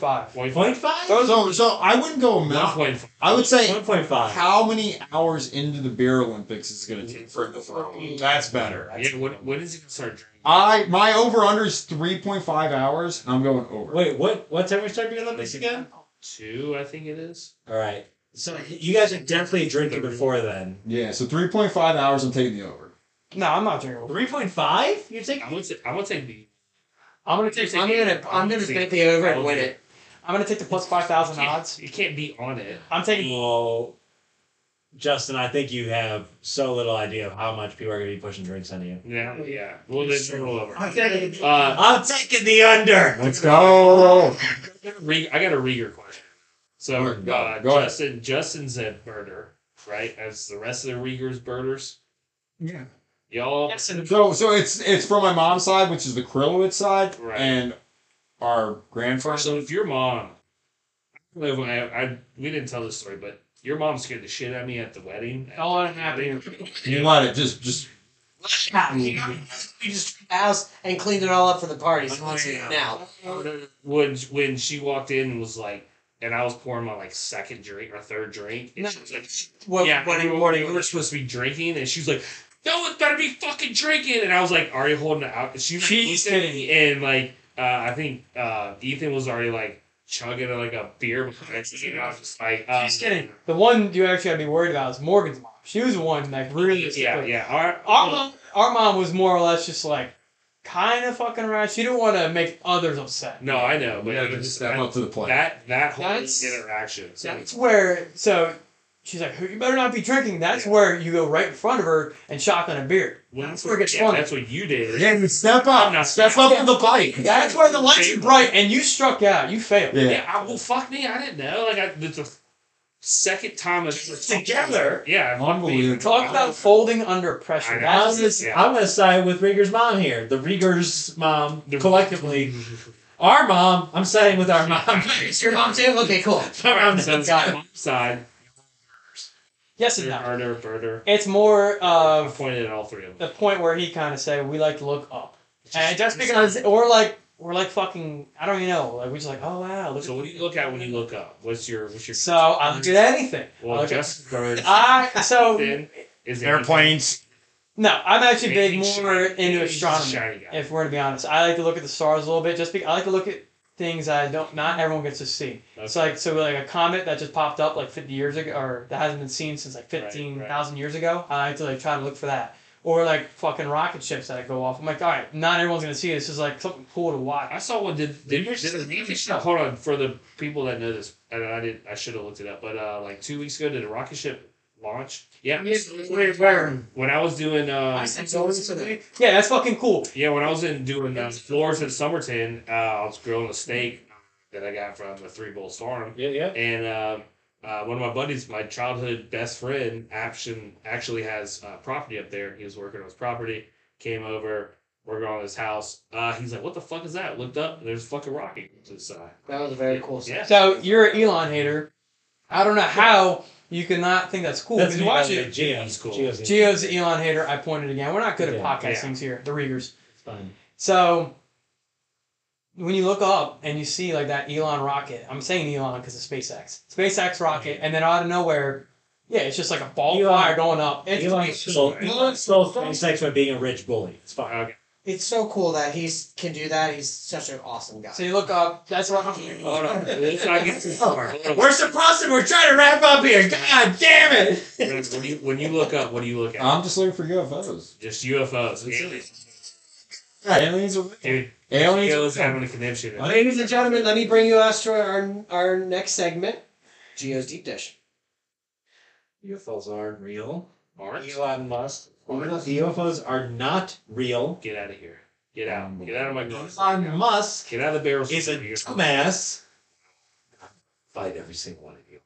Point five. five? So, so I wouldn't go a One mil- point five. I would say One point five. how many hours into the beer Olympics is it going to take for him to throw? up? That's better. Yeah, when, when is he gonna start drinking? I my over under is three point five hours, and I'm going over. Wait, what? What time we start the Olympics again? Two, I think it is. All right. So you guys are definitely drinking before then. Yeah, so three point five hours. I'm taking the over. No, I'm not drinking. Three point five? You're taking? I would say I would say the I'm gonna take. I'm gonna I'm gonna bet the over and win it. I'm gonna take the plus 5,000 odds. You can't be on it. I'm taking. Well, Justin, I think you have so little idea of how much people are going to be pushing drinks on you. Yeah, yeah. Well, then roll over. I'm taking, Uh, I'm taking the under. Let's go. Re- I got a Rieger question. So Go, go, uh, go ahead. Justin Justin's a birder, right? As the rest of the Riegers birders, Yeah. y'all. Um, So so it's it's from my mom's side, which is the Krillowitz side, Right. and our grandfather. So if your mom, I, don't know if I, I we didn't tell this story, but your mom scared the shit out of me at the wedding. All that happened. You let it just just We just took the house and cleaned it all up for the party. So let's see it now. When when she walked in and was like, and I was pouring my like second drink or third drink, and No. she was like, What yeah, wedding we were, morning? we were supposed to be drinking, and she's like, "No one's better be fucking drinking." And I was like, "Are you holding it out?" And she was like, She's looked at me, and like, uh, I think uh, Ethan was already like chugging like a beer. behind me, And I was just like, um, Just kidding. The one you actually have to be worried about is Morgan's mom. She was the one that really. um, Yeah, yeah. Our, Our mom, our mom was more or less just like, kind of fucking ratchet. You don't want to make others upset. No, I know, but We gotta it was- just step up to the plate. that that whole That's- interaction. so That's where so she's like, "You better not be drinking." That's where you go right in front of her and shotgun a beer. well, that's that's where it what, gets yeah, fun. that's what you did. Yeah, you step up. I'm not- step up to the plate. That's where the lights are bright and you struck out. You failed. Yeah. Yeah, I, well, fuck me, I didn't know. Like, I, the, the second time I've ever- Together? Yeah, fuck me. Unbelievable. Talk about folding under pressure. I know. That's I'm gonna, Yeah. I'm gonna side with Rieger's mom here. The Rieger's mom collectively, our mom. I'm siding with our mom. It's your mom too? Okay, cool. Around So that. it's on my side, yes and no. Erner, Berner. It's more I of pointed at all three of them. the point where he kind of said we like to look up, and just because we're like we're like fucking I don't even know like we're just like oh wow look So at what do you look at when you look up? What's your what's your so I look at anything. I Mm-hmm. well look at- Justin Burns I so then is an Airplanes. no I'm actually He's big shiny. more He's into a astronomy. shiny guy. if we're to be honest. I like to look at the stars a little bit. Just be, I like to look at things I don't. Not everyone gets to see. That's- So like so like a comet that just popped up like fifty years ago, or that hasn't been seen since like Right, fifteen thousand right. years ago. I like to like try to look for that. Or like fucking rocket ships that go off. I'm like, all right, not everyone's gonna see it. This is like something cool to I watch. saw one. Did did, Here's did, the- hold on for the people that know this? And I did. I should have looked it up. But uh, like two weeks ago, did a rocket ship launch? Yeah. Wait, where? When I was doing um, I said so. What's the Yeah, that's fucking cool. yeah, when I was in doing uh, floors in Somerton, uh, I was grilling a steak that I got from a Three Bulls farm, Yeah, yeah. and um uh, one of my buddies, my childhood best friend, Aption, actually has uh, property up there. He was working on his property, came over, working on his house. Uh, he's like, "What the fuck is that?" Looked up, there's a fucking rocket to the side. That was a very cool. Yeah. So you're an Elon hater. I don't know how you cannot think that's cool. That's because you watch the- it. Geo's cool. Geo's, Geo's an Elon hater. I pointed again. We're not good at Yeah. podcast Yeah. things here. The Riegers. It's fine. So when you look up and you see like that Elon rocket, I'm saying Elon because of SpaceX, SpaceX rocket, and then out of nowhere, yeah, it's just like a ball of Elon- fire going up. It's, Elon stole, Elon stole SpaceX by being a rich bully. It's fine. Okay. It's so cool that he's can do that. He's such an awesome guy. so you look up. That's what I'm. Hold on. Let's not get too far. Hold on. We're supposed to. We're trying to wrap up here. God damn it! When you, when you look up, what do you look at? I'm just looking for UFOs. Just UFOs. Aliens. Aliens are Dude, aliens. Gil is having a conniption. Ladies and gentlemen, let me bring you us to our our next segment, Geo's deep dish. UFOs aren't real. Mark, Elon Musk. UFOs are not real. get out of here. Get out. Get out of my garage. Elon Musk Get out of the barrel. is Um, a dumbass. Fight every single one of you.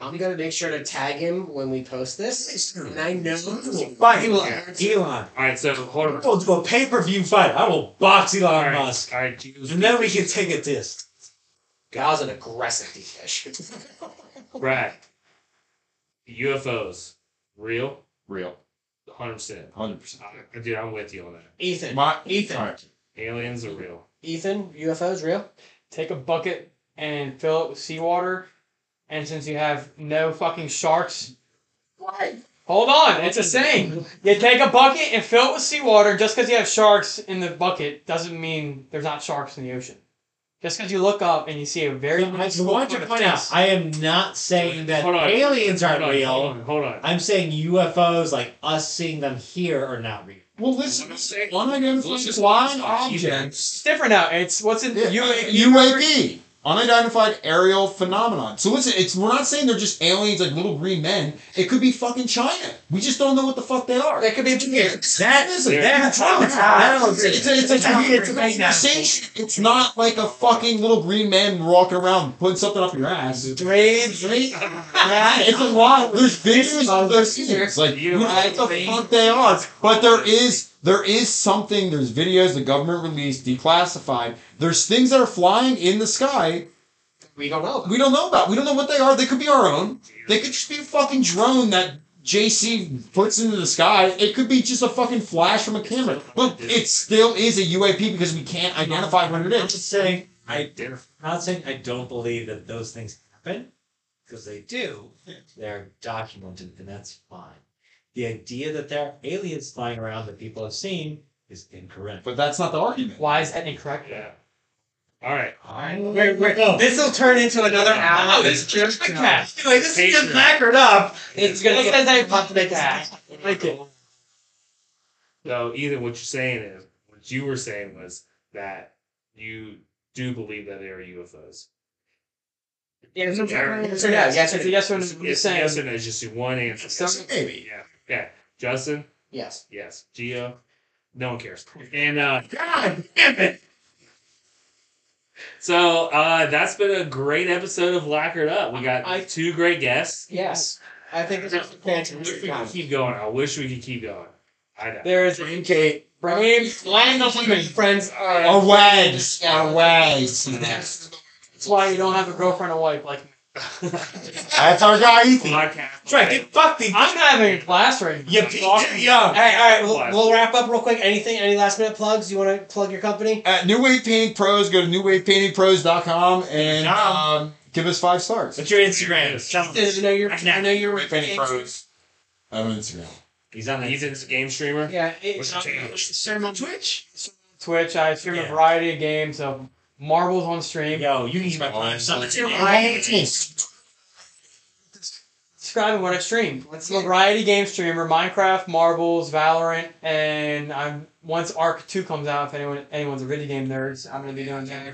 I'm gonna make sure to tag him when we post this, and I know Fight he will. Elon. All right, so hold on. We'll do a pay per view fight. I will box Elon All right, Musk. All right, Geo's And then we can take a disc. That was an aggressive deep dish. Brad. UFOs, real, Real. hundred percent. Uh, 100%. Dude, I'm with you on that. Ethan, My, Ethan, All right. Aliens are real. Ethan, UFOs real? Take a bucket and fill it with seawater, and since you have no fucking sharks. What? Hold on, it's a saying. You take a bucket and fill it with seawater. Just because you have sharks in the bucket doesn't mean there's not sharks in the ocean. Just because you look up and you see a very I just want to point out, I am not saying that Hold on. aliens Hold aren't on, real. hold on, hold on. I'm saying UFOs, like us seeing them here, are not real. Well, listen. Let's say- let's Unidentified just- flying let's just- objects. It's different now. It's what's in Yeah, UAP. UAP. Unidentified aerial phenomenon. So listen, it's we're not saying they're just aliens like little green men. It could be fucking China. We just don't know what the fuck they are. That could be That Listen, that sounds- I don't It's, agree. it's, it's, it's, it's a conversation. It's not like a fucking little green man walking around putting something up your ass. Dreams, It's a lot. There's videos. There's scenes. Like you You know what the think- fuck they are. But there is there is something. There's videos the government released, declassified. There's things that are flying in the sky. We don't know. We don't know about. We don't know what they are. They could be our own. They could just be a fucking drone that JC puts into the sky. It could be just a fucking flash from a camera. Look, it still is a UAP because we can't identify what it I'm is. just saying, I, Identify. I'm not saying I don't believe that those things happen, because they do. They're documented, and that's fine. The idea that there are aliens flying around that people have seen is incorrect. But that's not the argument. Why is that incorrect? Yeah. All right. I Wait, wait, This will turn into another hour. this just Anyway, this is Patreon. just knackered up. It's gonna It get says I fucked it. So Ethan, what you're saying is when what you were saying was that you do believe that they are UFOs. Yes, no, yes or no? Yes or It's no? a yes or no. It's, I'm it's just saying. yes or no. It's just one answer. Some- Maybe. Yeah. Yeah. Justin. Yes. Yes. Geo. No one cares. And uh, God damn it! so uh, that's been a great episode of Lacquered Up. We got I- two great guests. Yes. I think it's just a I wish fantastic we could time. keep going. I wish we could keep going. I know. There is Dream Kate. Brian. Land of women friends are A wedge. Yeah. A wedge. That's why you don't have a girlfriend or wife like me. That's our guy Ethan. Podcast. Try get fucked, Ethan. I'm having a class right now. You I'm pe- talking- yeah. All right, all right. We'll, we'll wrap up real quick. Anything? Any last minute plugs? You want to plug your company? At New Wave Painting Pros, go to newwavepaintingpros.com and um, give us five stars. What's your Instagram? Um, Tell I him. know you're. Right now. I know you're. Pros. I'm on Instagram. He's on He's the a game streamer. Yeah. What's It's, your channel? Stream on Twitch. Twitch. I stream Yeah. a variety of games. So marbles on stream. Yo, you can use my prime sub. Describing what I stream. It's a variety game streamer: Minecraft, Marbles, Valorant, and I'm once Arc Two comes out. If anyone anyone's a video game nerds, I'm gonna be doing that.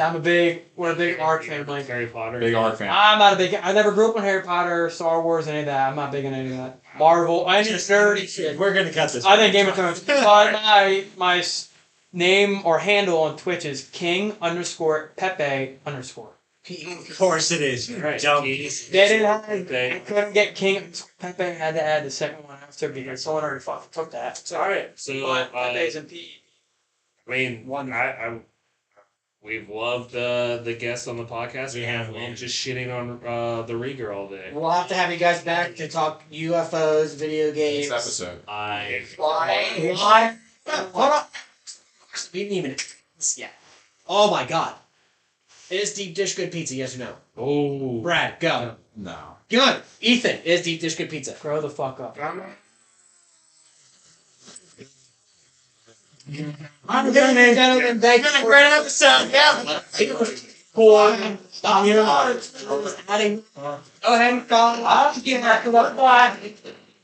I'm a big we're a big Arc fan. Like Harry Potter. Big R fan. I'm not a big. I never grew up on Harry Potter, Star Wars, any of that. I'm not big in any of that. Marvel, any nerdy shit. We're gonna cut this. I think Game of Thrones. But my my s- name or handle on Twitch is King underscore Pepe underscore. Of course it is. you Right. dumb. He's- They didn't have. I Okay. couldn't get King underscore Pepe. I had to add the second one after because someone already fucking took that. All right. So But uh, Pepe's in P. E. I mean, one. I, I we've loved uh, the guests on the podcast. We have, We've yeah. loved just shitting on uh, the Rieger all day. We'll have to have you guys back to talk UFOs, video games. Next episode. I Why? Why? Hold on. We didn't even. Yeah. Oh my god. Is deep dish good pizza? Yes or no? Oh, Brad, go. No. Good. Ethan, is deep dish good pizza? Grow the fuck up. I'm gentlemen, gentlemen, thank you for great episode. Yeah. Porn. Stop your Adding. Go ahead and follow. I'll get back to the plot.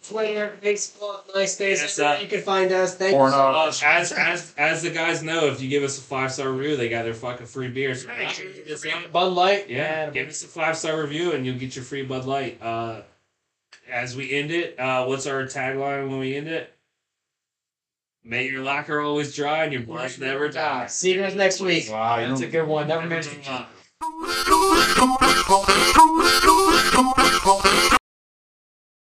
Twitter, Facebook, MySpace. Yes, everywhere uh, you can find us. Thank Porn you. up. Uh, as as as the guys know, if you give us a five star review, they got their fucking free beers. Bud Light. Yeah, and- give us a five star review and you'll get your free Bud Light. Uh, as we end it, uh, what's our tagline when we end it? May your locker always dry and your blush never Uh, die. see you guys next week. Wow, you That's a don't- good one. Never mentioned.